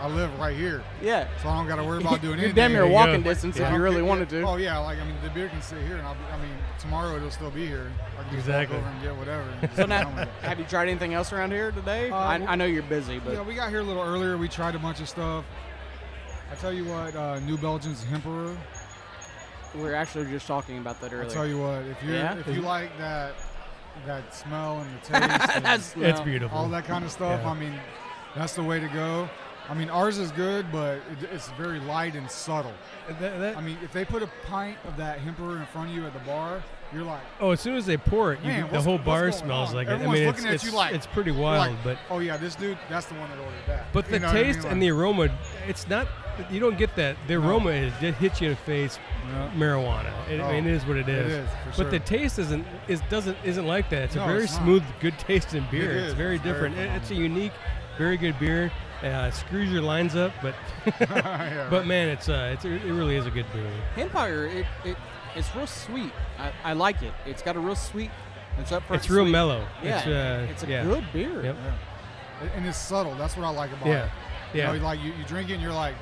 Speaker 9: I live right here,
Speaker 3: Yeah.
Speaker 9: so I don't gotta worry about doing
Speaker 3: You're
Speaker 9: anything.
Speaker 3: damn near
Speaker 4: you
Speaker 3: walking
Speaker 4: go.
Speaker 3: distance
Speaker 9: I
Speaker 3: if
Speaker 9: don't
Speaker 3: you really
Speaker 9: get-
Speaker 3: wanted to.
Speaker 9: Oh yeah, like I mean, the beer can sit here, and I'll be, I mean, tomorrow it'll still be here. I can just
Speaker 4: Exactly.
Speaker 9: walk over and get whatever. and just
Speaker 3: So
Speaker 9: sit
Speaker 3: now,
Speaker 9: down with it.
Speaker 3: have you tried anything else around here today?
Speaker 9: Uh,
Speaker 3: I,
Speaker 9: w-
Speaker 3: I know you're busy, but
Speaker 9: yeah, we got here a little earlier. We tried a bunch of stuff. I tell you what, uh, New Belgium's Emperor.
Speaker 3: we were actually just talking about that
Speaker 9: I tell
Speaker 3: earlier.
Speaker 9: you what, if you
Speaker 3: Yeah?
Speaker 9: if you like that that smell and the taste, and
Speaker 3: That's
Speaker 4: It's
Speaker 3: no.
Speaker 4: beautiful.
Speaker 9: all that kind of stuff,
Speaker 4: Yeah.
Speaker 9: I mean, that's the way to go. I mean, ours is good, but it, it's very light and subtle.
Speaker 4: Uh, That- that-
Speaker 9: I mean, if they put a pint of that Emperor in front of you at the bar, you're like,
Speaker 4: Oh, as soon as they pour it, you,
Speaker 9: Man,
Speaker 4: can- the
Speaker 9: what's-
Speaker 4: whole
Speaker 9: what's
Speaker 4: bar
Speaker 9: going
Speaker 4: smells
Speaker 9: on?
Speaker 4: like
Speaker 9: Everyone's
Speaker 4: it. I mean,
Speaker 9: looking
Speaker 4: it's,
Speaker 9: at
Speaker 4: it's,
Speaker 9: you like-
Speaker 4: it's pretty
Speaker 9: you're
Speaker 4: wild,
Speaker 9: like,
Speaker 4: but
Speaker 9: oh yeah, this dude, that's the one that ordered that.
Speaker 4: but
Speaker 9: You
Speaker 4: the
Speaker 9: know what I mean?
Speaker 4: taste and
Speaker 9: Like-
Speaker 4: the aroma, it's not. You don't get that. The aroma is it hits you in the face.
Speaker 9: Yeah.
Speaker 4: Marijuana. It, I mean, it is what it
Speaker 9: Oh, It
Speaker 4: is.
Speaker 9: is, for
Speaker 4: but
Speaker 9: sure.
Speaker 4: the taste isn't is doesn't isn't like that. It's a
Speaker 9: No,
Speaker 4: very
Speaker 9: it's not.
Speaker 4: smooth, good taste in beer.
Speaker 9: It
Speaker 4: It's
Speaker 9: is.
Speaker 4: very
Speaker 9: It's very
Speaker 4: different. It- it's a unique, very good beer. Uh, screws your lines up, but
Speaker 9: Yeah,
Speaker 4: but man, it's uh, it's, it really is a good beer.
Speaker 3: Empire, it, it it's real sweet. I, I like it. It's got a real sweet. It's up for
Speaker 4: It's real
Speaker 3: sweet.
Speaker 4: mellow.
Speaker 3: Yeah,
Speaker 4: it's, uh,
Speaker 3: it's a
Speaker 4: yeah.
Speaker 3: good beer.
Speaker 4: Yep.
Speaker 9: And- and it's subtle. That's what I like about
Speaker 4: Yeah.
Speaker 9: it.
Speaker 4: Yeah.
Speaker 9: You know, like you, you drink it and you're like,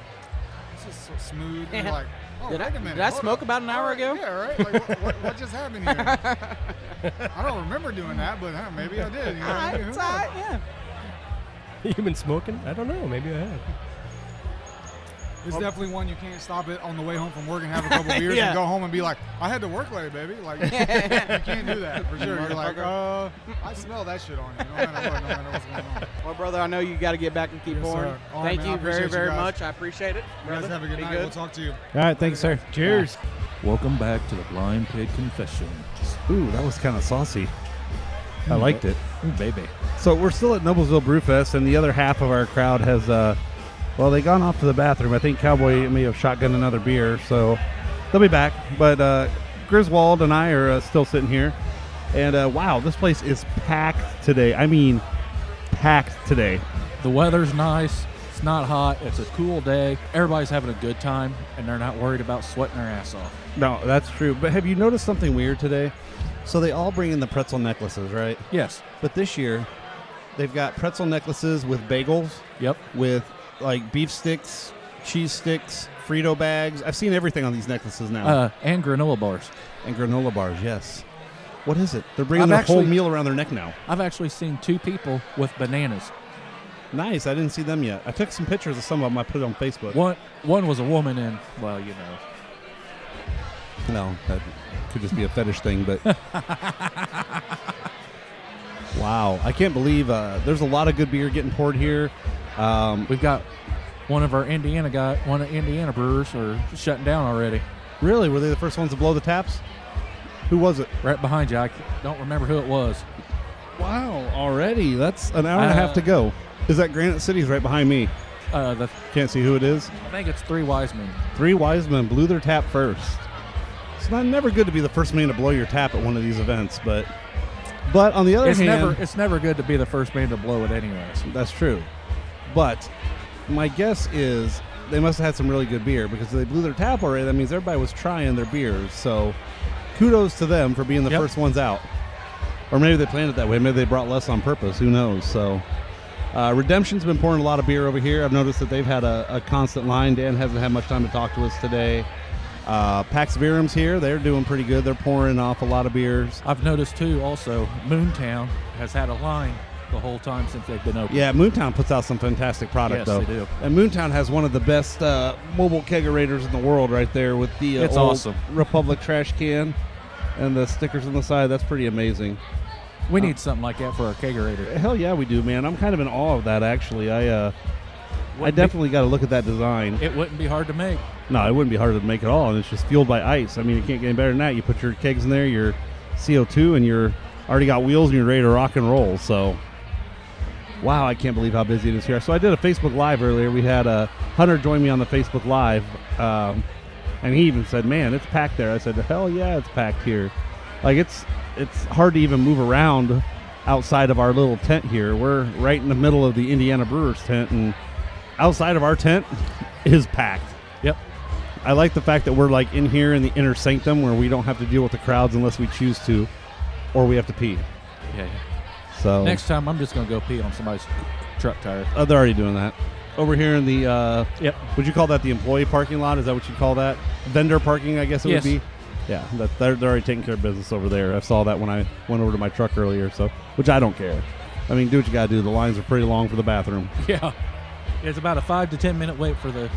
Speaker 9: this is so smooth. And
Speaker 3: Yeah.
Speaker 9: you're like, oh,
Speaker 3: Did I-
Speaker 9: wait a minute.
Speaker 3: did I
Speaker 9: hold
Speaker 3: smoke
Speaker 9: up.
Speaker 3: about an hour
Speaker 9: All right,
Speaker 3: ago?
Speaker 9: Yeah, right. Like, what, what, what just happened here? I don't remember doing that, but huh, maybe I did. You know,
Speaker 3: All right,
Speaker 9: who knows?
Speaker 3: it's all right, yeah.
Speaker 4: You've been smoking? I don't know. Maybe I have.
Speaker 9: It's definitely one you can't stop it on the way home from work and have a couple beers
Speaker 3: Yeah.
Speaker 9: and go home and be like, I had to work late, baby. Like, you can't do that for sure. You're like, uh, I smell that shit on you, no matter what, no matter what's going on.
Speaker 3: Well, brother, I know you got to get back and keep
Speaker 9: Yes,
Speaker 3: pouring.
Speaker 9: sir. All right,
Speaker 3: Thank
Speaker 9: man, I
Speaker 3: you very,
Speaker 9: appreciate you
Speaker 3: very
Speaker 9: guys.
Speaker 3: much. I appreciate it.
Speaker 9: You guys
Speaker 3: brother.
Speaker 9: have a good
Speaker 3: Be
Speaker 9: night.
Speaker 3: good.
Speaker 9: We'll talk to you.
Speaker 2: All right, thanks, sir.
Speaker 4: Cheers.
Speaker 5: Welcome back to the Blind Pig Confession.
Speaker 2: Ooh, that was kind of saucy. I liked it.
Speaker 5: Ooh, baby.
Speaker 2: So we're still at Noblesville Brewfest, and the other half of our crowd has, uh, well, they gone off to the bathroom. I think Cowboy may have shotgunned another beer, so they'll be back. But uh, Griswold and I are uh, still sitting here, and uh, wow, this place is packed today. I mean, packed today.
Speaker 5: The weather's nice. It's not hot. It's a cool day. Everybody's having a good time, and they're not worried about sweating their ass off.
Speaker 2: No, that's true. But have you noticed something weird today? So they all bring in the pretzel necklaces, right?
Speaker 5: Yes.
Speaker 2: But this year, they've got pretzel necklaces with bagels,
Speaker 5: Yep.
Speaker 2: with like beef sticks, cheese sticks, Frito bags. I've seen everything on these necklaces now,
Speaker 5: Uh, and granola bars.
Speaker 2: and granola bars. Yes. What is it? They're bringing
Speaker 5: I've
Speaker 2: the whole
Speaker 5: actually-
Speaker 2: meal around their neck now.
Speaker 5: I've actually seen two people with bananas.
Speaker 2: Nice. I didn't see them yet. I took some pictures of some of them. I put it on Facebook.
Speaker 5: One one was a woman, and well, you know,
Speaker 2: No, that could just be a fetish thing, but. wow. I can't believe uh, there's a lot of good beer getting poured here. Um,
Speaker 5: we've got one of our Indiana guy, one of Indiana brewers are shutting down already.
Speaker 2: really? Were they the first ones to blow the taps? Who was it?
Speaker 5: Right behind you. I c- don't remember who it was.
Speaker 2: Wow, already? That's an hour and a half
Speaker 5: Uh,
Speaker 2: to go. Is that Granite City's right behind me?
Speaker 5: Uh, the,
Speaker 2: Can't see who it is.
Speaker 5: I think it's three wise men.
Speaker 2: Three wise men blew their tap first. It's not never good to be the first man to blow your tap at one of these events, but But on the other
Speaker 5: It's
Speaker 2: hand,
Speaker 5: never it's never good to be the first man to blow it, anyways.
Speaker 2: That's true. But my guess is they must have had some really good beer because they blew their tap already. That means everybody was trying their beers. So kudos to them for being the
Speaker 4: Yep.
Speaker 2: first ones out. Or maybe they planned it that way. Maybe they brought less on purpose. Who knows? So uh, Redemption's been pouring a lot of beer over here. I've noticed that they've had a, a constant line. Dan hasn't had much time to talk to us today. Uh, Pax Verum's here. They're doing pretty good. They're pouring off a lot of beers.
Speaker 5: I've noticed too. Also, Moontown has had a line the whole time since they've been open.
Speaker 2: Yeah, Moontown puts out some fantastic product
Speaker 5: Yes,
Speaker 2: though.
Speaker 5: they do.
Speaker 2: And Moontown has one of the best uh, mobile kegerators in the world, right there with the uh,
Speaker 5: It's
Speaker 2: old
Speaker 5: awesome.
Speaker 2: Republic trash can and the stickers on the side. That's pretty amazing.
Speaker 5: we need something like that for our kegerator.
Speaker 2: Hell yeah, we do, man. I'm kind of in awe of that actually. I uh, I definitely got to look at that design.
Speaker 5: It wouldn't be hard to make.
Speaker 2: No, it wouldn't be hard to make at all, and it's just fueled by ice. I mean, it can't get any better than that. You put your kegs in there, your CO2, and you're already got wheels, and you're ready to rock and roll. So, wow, I can't believe how busy it is here. So I did a Facebook Live earlier. We had uh, Hunter join me on the Facebook Live, um, and he even said, "Man, it's packed there." I said, "Hell yeah, it's packed here. Like it's it's hard to even move around outside of our little tent here. We're right in the middle of the Indiana Brewers tent, and outside of our tent is packed."
Speaker 5: Yep.
Speaker 2: I like the fact that we're like in here in the inner sanctum where we don't have to deal with the crowds unless we choose to, or we have to pee.
Speaker 5: Yeah. yeah.
Speaker 2: So
Speaker 5: Next time, I'm just gonna go pee on somebody's truck tire.
Speaker 2: oh, they're already doing that over here in the. Uh,
Speaker 4: Yep.
Speaker 2: Would you call that the employee parking lot? Is that what you call that? Vendor parking, I guess it
Speaker 5: Yes.
Speaker 2: would be. Yeah, that they're, they're already taking care of business over there. I saw that when I went over to my truck earlier. So, which I don't care. I mean, do what you got to do. The lines are pretty long for the bathroom.
Speaker 5: Yeah. It's about a five to ten minute wait for the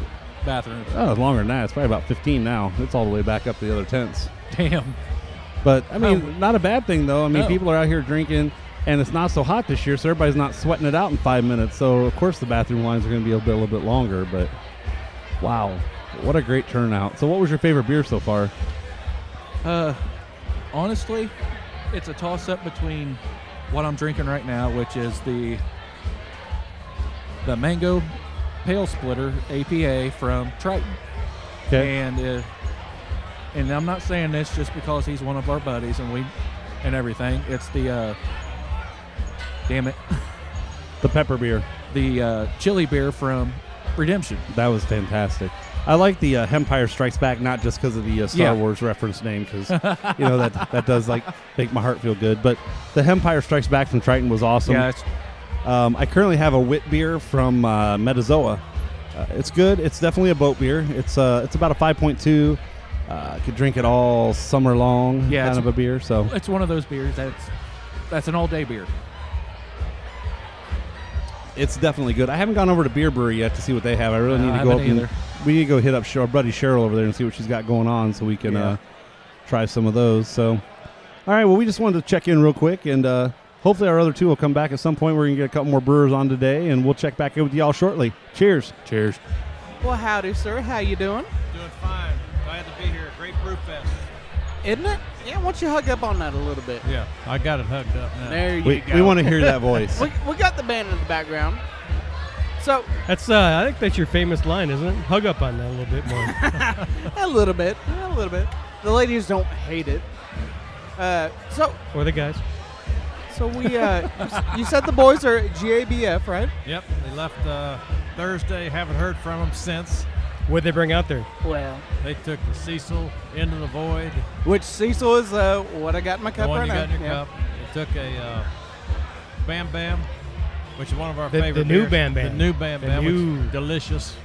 Speaker 5: bathroom.
Speaker 2: Oh, it's longer than that. It's probably about 15 now. It's all the way back up to the other tents.
Speaker 5: Damn. Oh.
Speaker 2: But I mean, not a bad thing though. I mean,
Speaker 5: No.
Speaker 2: people are out here drinking, and it's not so hot this year, so everybody's not sweating it out in five minutes. So of course the bathroom lines are going to be a, bit, a little bit longer. But wow, what a great turnout! So what was your favorite beer so far?
Speaker 5: Uh, honestly, it's a toss up between what I'm drinking right now, which is the the mango pale splitter APA from Triton, and uh, and I'm not saying this just because he's one of our buddies and we and everything. It's the uh, damn it,
Speaker 2: the pepper beer
Speaker 5: the uh, chili beer from Redemption.
Speaker 2: that was fantastic. I like the uh, Empire Strikes Back, not just because of the uh, Star
Speaker 5: Yeah.
Speaker 2: Wars reference name, because you know that that does like make my heart feel good. But the Empire Strikes Back from Triton was awesome.
Speaker 5: yeah, it's,
Speaker 2: Um, I currently have a wit beer from uh, Metazoa. Uh, it's good. It's definitely a boat beer. It's uh, it's about a 5.2. Uh, I could drink it all summer long.
Speaker 5: Yeah,
Speaker 2: kind
Speaker 5: it's-
Speaker 2: of a beer. So
Speaker 5: it's one of those beers that's that's an all day beer.
Speaker 2: it's definitely good. I haven't gone over to Beer Brewery yet to see what they have. I really
Speaker 5: No,
Speaker 2: need
Speaker 5: I
Speaker 2: to go up
Speaker 5: haven't
Speaker 2: and
Speaker 5: either.
Speaker 2: we need to go hit up Sh- our buddy Cheryl over there and see what she's got going on, so we can
Speaker 5: Yeah.
Speaker 2: uh, try some of those. So, all right. Well, we just wanted to check in real quick, and uh, hopefully our other two will come back at some point. We're gonna get a couple more brewers on today, and we'll check back in with y'all shortly. Cheers.
Speaker 5: Cheers.
Speaker 8: Well, howdy, sir. How you doing?
Speaker 10: Doing fine. Glad to be here. Great brew fest.
Speaker 8: Isn't it? Yeah, why don't you hug up on that a little bit?
Speaker 10: Yeah, I got it hugged up now.
Speaker 8: There you
Speaker 2: We,
Speaker 8: go.
Speaker 2: we want to hear that voice.
Speaker 8: We, we got the band in the background. So,
Speaker 4: That's uh, I think that's your famous line, isn't it? Hug up on that a little bit more.
Speaker 8: a little bit, a little bit. The ladies don't hate it. Uh, so,
Speaker 4: or the guys.
Speaker 8: so we, uh, you s- you said the boys are at GABF, right?
Speaker 10: Yep, they left uh, Thursday. Haven't heard from them since.
Speaker 4: What'd they bring out there?
Speaker 8: Well.
Speaker 10: They took the Cecil into the void.
Speaker 8: Which Cecil is uh, what I got in my
Speaker 10: the
Speaker 8: cup
Speaker 10: one
Speaker 8: right
Speaker 10: you
Speaker 8: now.
Speaker 10: got in your
Speaker 8: Yeah.
Speaker 10: cup. They took a uh, Bam Bam, which is one of our
Speaker 4: The- the
Speaker 10: favorite.
Speaker 4: new
Speaker 10: beers.
Speaker 4: Bam Bam.
Speaker 10: The new Bam
Speaker 4: The
Speaker 10: Bam. which is
Speaker 4: new-
Speaker 10: delicious.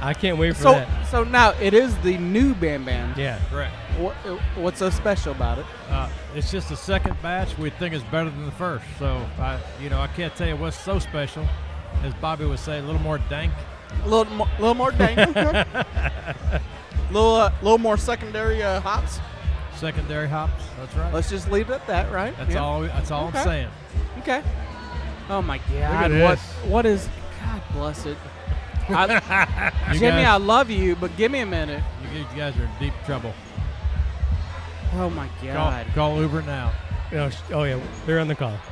Speaker 4: I can't wait for
Speaker 8: So,
Speaker 4: that.
Speaker 8: so now it is the new Bam Bam.
Speaker 4: Yeah.
Speaker 10: Correct.
Speaker 8: What, uh, what's so special about it?
Speaker 10: Uh, it's just the second batch. We think it's better than the first. So I, you know, I can't tell you what's so special. As Bobby would say, a little more dank.
Speaker 8: A little, mo- little more dank. little, uh, little more secondary uh, hops.
Speaker 10: Secondary hops. That's right.
Speaker 8: Let's just leave it at that, right?
Speaker 10: that's
Speaker 8: Yeah.
Speaker 10: all. That's all
Speaker 8: Okay.
Speaker 10: I'm saying.
Speaker 8: Okay. Oh my God!
Speaker 4: at
Speaker 8: What?
Speaker 4: this.
Speaker 8: What is? God bless it. I,
Speaker 10: You
Speaker 8: Jimmy, I
Speaker 10: guys,
Speaker 8: love you, but give me a minute.
Speaker 10: you, you guys are in deep trouble.
Speaker 8: Oh my
Speaker 10: Call,
Speaker 8: God!
Speaker 10: call Uber now.
Speaker 4: No, sh- oh yeah, they're on the call.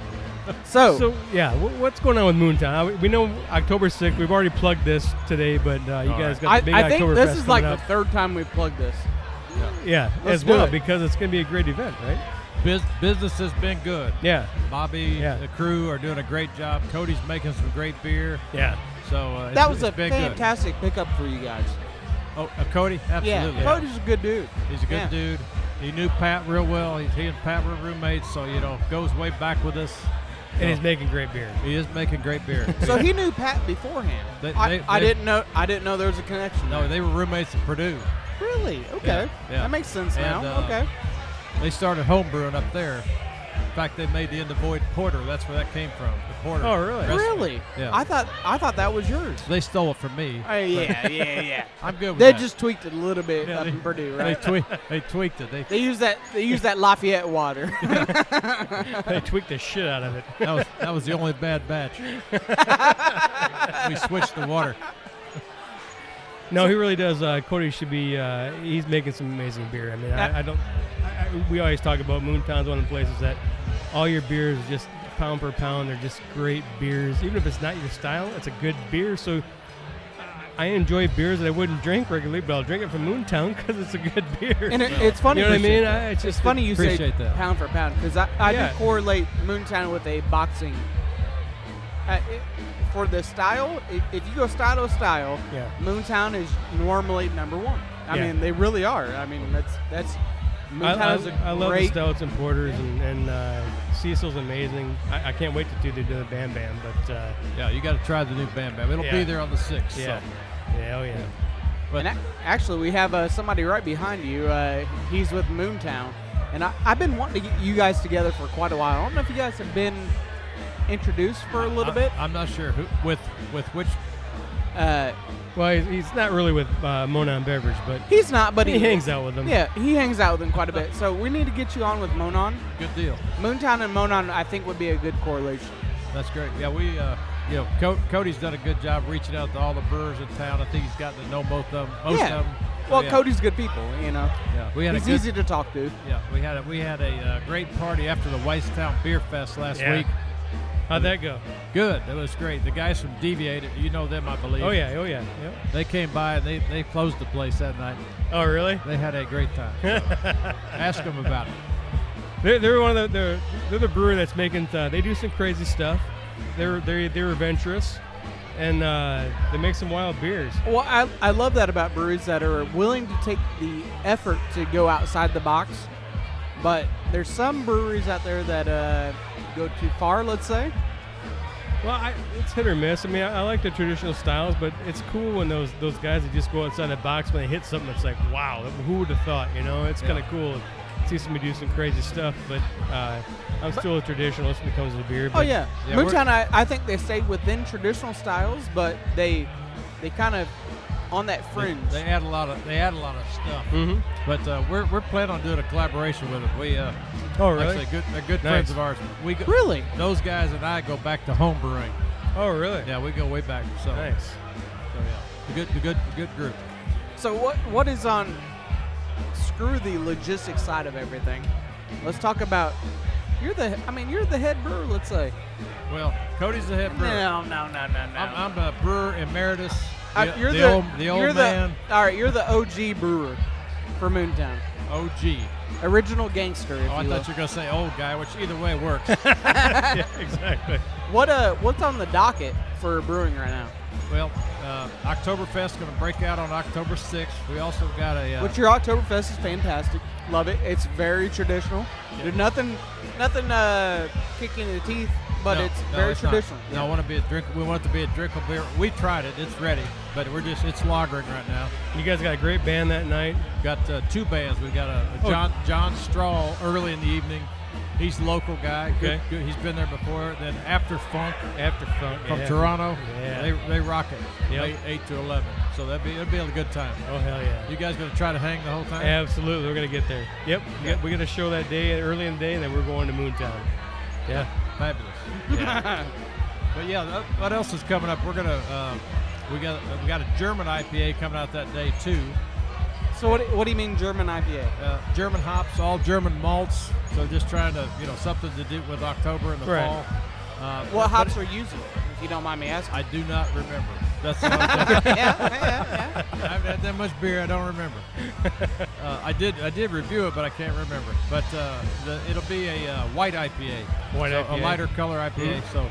Speaker 8: So,
Speaker 4: So yeah, wh- what's going on with Moontown? I, we know October 6th. We've already plugged this today, but uh, you
Speaker 10: All right.
Speaker 4: guys got
Speaker 8: I,
Speaker 4: the big
Speaker 8: I think
Speaker 4: Oktoberfest
Speaker 8: this is like
Speaker 4: coming
Speaker 8: the third time we've plugged this.
Speaker 4: up. yeah,
Speaker 8: let's
Speaker 4: as
Speaker 8: do
Speaker 4: well
Speaker 8: it.
Speaker 4: because it's going to be a great event, right?
Speaker 10: Bus business has been good.
Speaker 4: Yeah.
Speaker 10: Bobby, the crew are doing a great job. Cody's making some great beer.
Speaker 4: Yeah.
Speaker 10: So uh, it's-
Speaker 3: that was
Speaker 10: it's
Speaker 3: a
Speaker 10: been good.
Speaker 3: fantastic pickup for you guys.
Speaker 10: Oh, uh, Cody, absolutely.
Speaker 3: Yeah, Cody's a good dude.
Speaker 10: He's a good
Speaker 3: Yeah.
Speaker 10: dude. He knew Pat real well. He, he and Pat were roommates, so you know goes way back with us.
Speaker 4: And
Speaker 10: So
Speaker 4: he's making great beer.
Speaker 10: He is making great beer.
Speaker 3: So he knew Pat beforehand.
Speaker 10: They-
Speaker 3: I,
Speaker 10: they-
Speaker 3: I
Speaker 10: they-
Speaker 3: didn't know. I didn't know there was a connection.
Speaker 10: No,
Speaker 3: there.
Speaker 10: they were roommates at Purdue.
Speaker 3: really okay.
Speaker 10: Yeah, yeah.
Speaker 3: That makes sense
Speaker 10: And,
Speaker 3: now.
Speaker 10: uh,
Speaker 3: okay.
Speaker 10: They started homebrewing up there. In fact, they made the end of void porter. That's where that came from. The porter.
Speaker 4: Oh, really?
Speaker 10: recipe.
Speaker 3: Really?
Speaker 10: Yeah.
Speaker 3: I thought I thought that was yours.
Speaker 10: they stole it from me.
Speaker 3: Oh yeah, yeah, yeah.
Speaker 10: I'm good with
Speaker 3: They
Speaker 10: that.
Speaker 3: just tweaked it a little bit up in Purdue,
Speaker 10: They,
Speaker 3: right?
Speaker 10: tweak, they tweaked it. They,
Speaker 3: They use that. They use that Lafayette water.
Speaker 4: They tweaked the shit out of it.
Speaker 10: that, was, that was the only bad batch. we switched the water.
Speaker 4: No, he really does. Uh, Cody should be. Uh, he's making some amazing beer. I mean, I, I don't. I, I, we always talk about Moontown's one of the places that all your beers just pound per pound. They're just great beers. Even if it's not your style, it's a good beer. So uh, I enjoy beers that I wouldn't drink regularly, but I'll drink it from Moontown because it's a good beer.
Speaker 3: And it, it's funny.
Speaker 4: You know what I
Speaker 3: Appreciate
Speaker 4: mean?
Speaker 3: that.
Speaker 4: I, it's just
Speaker 3: funny you say
Speaker 10: appreciate that.
Speaker 3: pound for pound because I, I
Speaker 4: Yeah.
Speaker 3: do correlate Moontown with a boxing. Uh, it, for the style, if, if you go style to style,
Speaker 4: Yeah.
Speaker 3: Moontown is normally number one. I
Speaker 4: Yeah.
Speaker 3: mean, they really are. I mean, that's that's.
Speaker 4: I,
Speaker 3: Moontown
Speaker 4: I,
Speaker 3: is a
Speaker 4: I love the
Speaker 3: great.
Speaker 4: stouts and porters, and, and uh, Cecil's amazing. I, I can't wait to do the, do the Bam Bam, but uh,
Speaker 10: Yeah, you got to try the new Bam Bam. It'll
Speaker 4: Yeah.
Speaker 10: be there on the sixth.
Speaker 4: yeah, yeah, oh yeah.
Speaker 3: and a- actually, we have uh, somebody right behind you. Uh, he's with Moontown, and I, I've been wanting to get you guys together for quite a while. I don't know if you guys have been introduced for a little bit.
Speaker 10: I'm not sure who, with with which.
Speaker 3: Uh,
Speaker 4: Well, he's, he's not really with uh, Monon Beverage, but
Speaker 3: he's not, but
Speaker 4: he,
Speaker 3: he,
Speaker 4: hangs
Speaker 3: is.
Speaker 4: out with them.
Speaker 3: Yeah, he hangs out with them quite a bit. So we need to get you on with Monon.
Speaker 10: Good deal.
Speaker 3: Moontown and Monon, I think, would be a good correlation.
Speaker 10: That's great. Yeah, we, uh, you know, Co- Cody's done a good job reaching out to all the brewers in town. I think he's gotten to know both of them, most
Speaker 3: yeah.
Speaker 10: of them. So,
Speaker 3: Well,
Speaker 10: yeah,
Speaker 3: Cody's good people, you know.
Speaker 10: Yeah, we had
Speaker 3: He's
Speaker 10: a good,
Speaker 3: easy to talk to.
Speaker 10: Yeah, we had a we had a uh, great party after the Weisstown Beer Fest last
Speaker 4: Yeah.
Speaker 10: week.
Speaker 4: How'd that go?
Speaker 10: Good, it was great. The guys from Deviated, you know them, I believe.
Speaker 4: Oh yeah, oh yeah. Yep.
Speaker 10: they came by and they, they closed the place that night.
Speaker 4: Oh really?
Speaker 10: They had a great time. So, ask them about it.
Speaker 4: They're, they're one of the they're, they're the brewer that's making. Uh, they do some crazy stuff. They're they're they're adventurous, and uh, they make some wild beers.
Speaker 3: Well, I, I love that about breweries that are willing to take the effort to go outside the box. But there's some breweries out there that uh, go too far, let's say.
Speaker 4: Well, I, it's hit or miss. I mean, I, I like the traditional styles, but it's cool when those those guys that just go outside the box when they hit something. It's like, wow, who would have thought? You know, it's kind of cool. to See somebody do some crazy stuff, but uh, I'm still a traditionalist when it comes to beer.
Speaker 3: Oh
Speaker 4: but-
Speaker 3: yeah,
Speaker 10: Yeah, we're-
Speaker 3: Moontown. I, I think they stay within traditional styles, but they they kind of on that
Speaker 10: They,
Speaker 3: fringe.
Speaker 10: they add a lot of they add a lot of stuff.
Speaker 3: Mm-hmm.
Speaker 4: Mhm.
Speaker 10: But uh, we're, we're planning on doing a collaboration with them. We uh,
Speaker 4: Oh
Speaker 10: like I
Speaker 4: really?
Speaker 10: said, good they're good
Speaker 4: Nice.
Speaker 10: friends of ours. We go,
Speaker 3: really?
Speaker 10: those guys and I go back to home brewing.
Speaker 4: oh really?
Speaker 10: Yeah, we go way back. So
Speaker 4: Nice.
Speaker 10: So yeah, a good, a good, a good group.
Speaker 3: So what what is on screw the logistics side of everything? Let's talk about you're the I mean you're the head brewer, let's say.
Speaker 10: Well, Cody's the head brewer.
Speaker 3: No, no, no, no, no.
Speaker 10: I'm, I'm a brewer emeritus.
Speaker 3: Uh,
Speaker 10: the,
Speaker 3: you're
Speaker 10: the
Speaker 3: the,
Speaker 10: old, the old
Speaker 3: you're
Speaker 10: man,
Speaker 3: The, all right, you're the OG brewer for Moontown.
Speaker 10: OG.
Speaker 3: Original gangster, if
Speaker 10: Oh, I
Speaker 3: you will.
Speaker 10: thought you were gonna say old guy, which either way works.
Speaker 4: yeah, exactly.
Speaker 3: What uh, what's on the docket for brewing right now?
Speaker 10: well, uh, Oktoberfest gonna break out on October 6th. We also got a. Uh,
Speaker 3: But your Oktoberfest is fantastic. Love it. It's very traditional. There's nothing, nothing uh, kicking in the teeth, but
Speaker 10: no,
Speaker 3: it's
Speaker 10: no,
Speaker 3: very
Speaker 10: not.
Speaker 3: traditional.
Speaker 10: No, I want to be a drink. We want it to be a drinkable beer. We tried it. It's ready, but we're just it's lagering right now.
Speaker 4: You guys got a great band that night.
Speaker 10: Got uh, two bands. We've got a, a
Speaker 4: Oh.
Speaker 10: John John Straw early in the evening. He's a local guy. Good,
Speaker 4: Okay.
Speaker 10: good. He's been there before. Then After Funk
Speaker 4: After funk
Speaker 10: from
Speaker 4: yeah.
Speaker 10: Toronto.
Speaker 4: Yeah.
Speaker 10: They, they rock it.
Speaker 4: Yep.
Speaker 10: Eight, eight to eleven. So that'd be it'd be a good time.
Speaker 4: Oh hell yeah!
Speaker 10: You guys gonna try to hang the whole time?
Speaker 4: Absolutely, we're gonna get there. Yep, we got, we're gonna show that day early in the day, and then we're going to Moontown. Yeah,
Speaker 10: Fabulous. but yeah, that, what else is coming up? We're gonna uh, we got we got a German IPA coming out that day too.
Speaker 3: So what, what do you mean German IPA?
Speaker 10: Uh, German hops, all German malts. So just trying to you know something to do with October and the
Speaker 4: Right.
Speaker 10: fall. Uh,
Speaker 3: What
Speaker 10: but-
Speaker 3: hops are using? If you don't mind me asking.
Speaker 10: I do not remember. That's the only thing.
Speaker 3: yeah, yeah, yeah.
Speaker 10: I haven't had that much beer. I don't remember. Uh, I did I did review it, but I can't remember. But uh, the, it'll be a uh, white IPA,
Speaker 4: White
Speaker 10: So a
Speaker 4: IPA.
Speaker 10: lighter color IPA.
Speaker 4: Mhm.
Speaker 10: So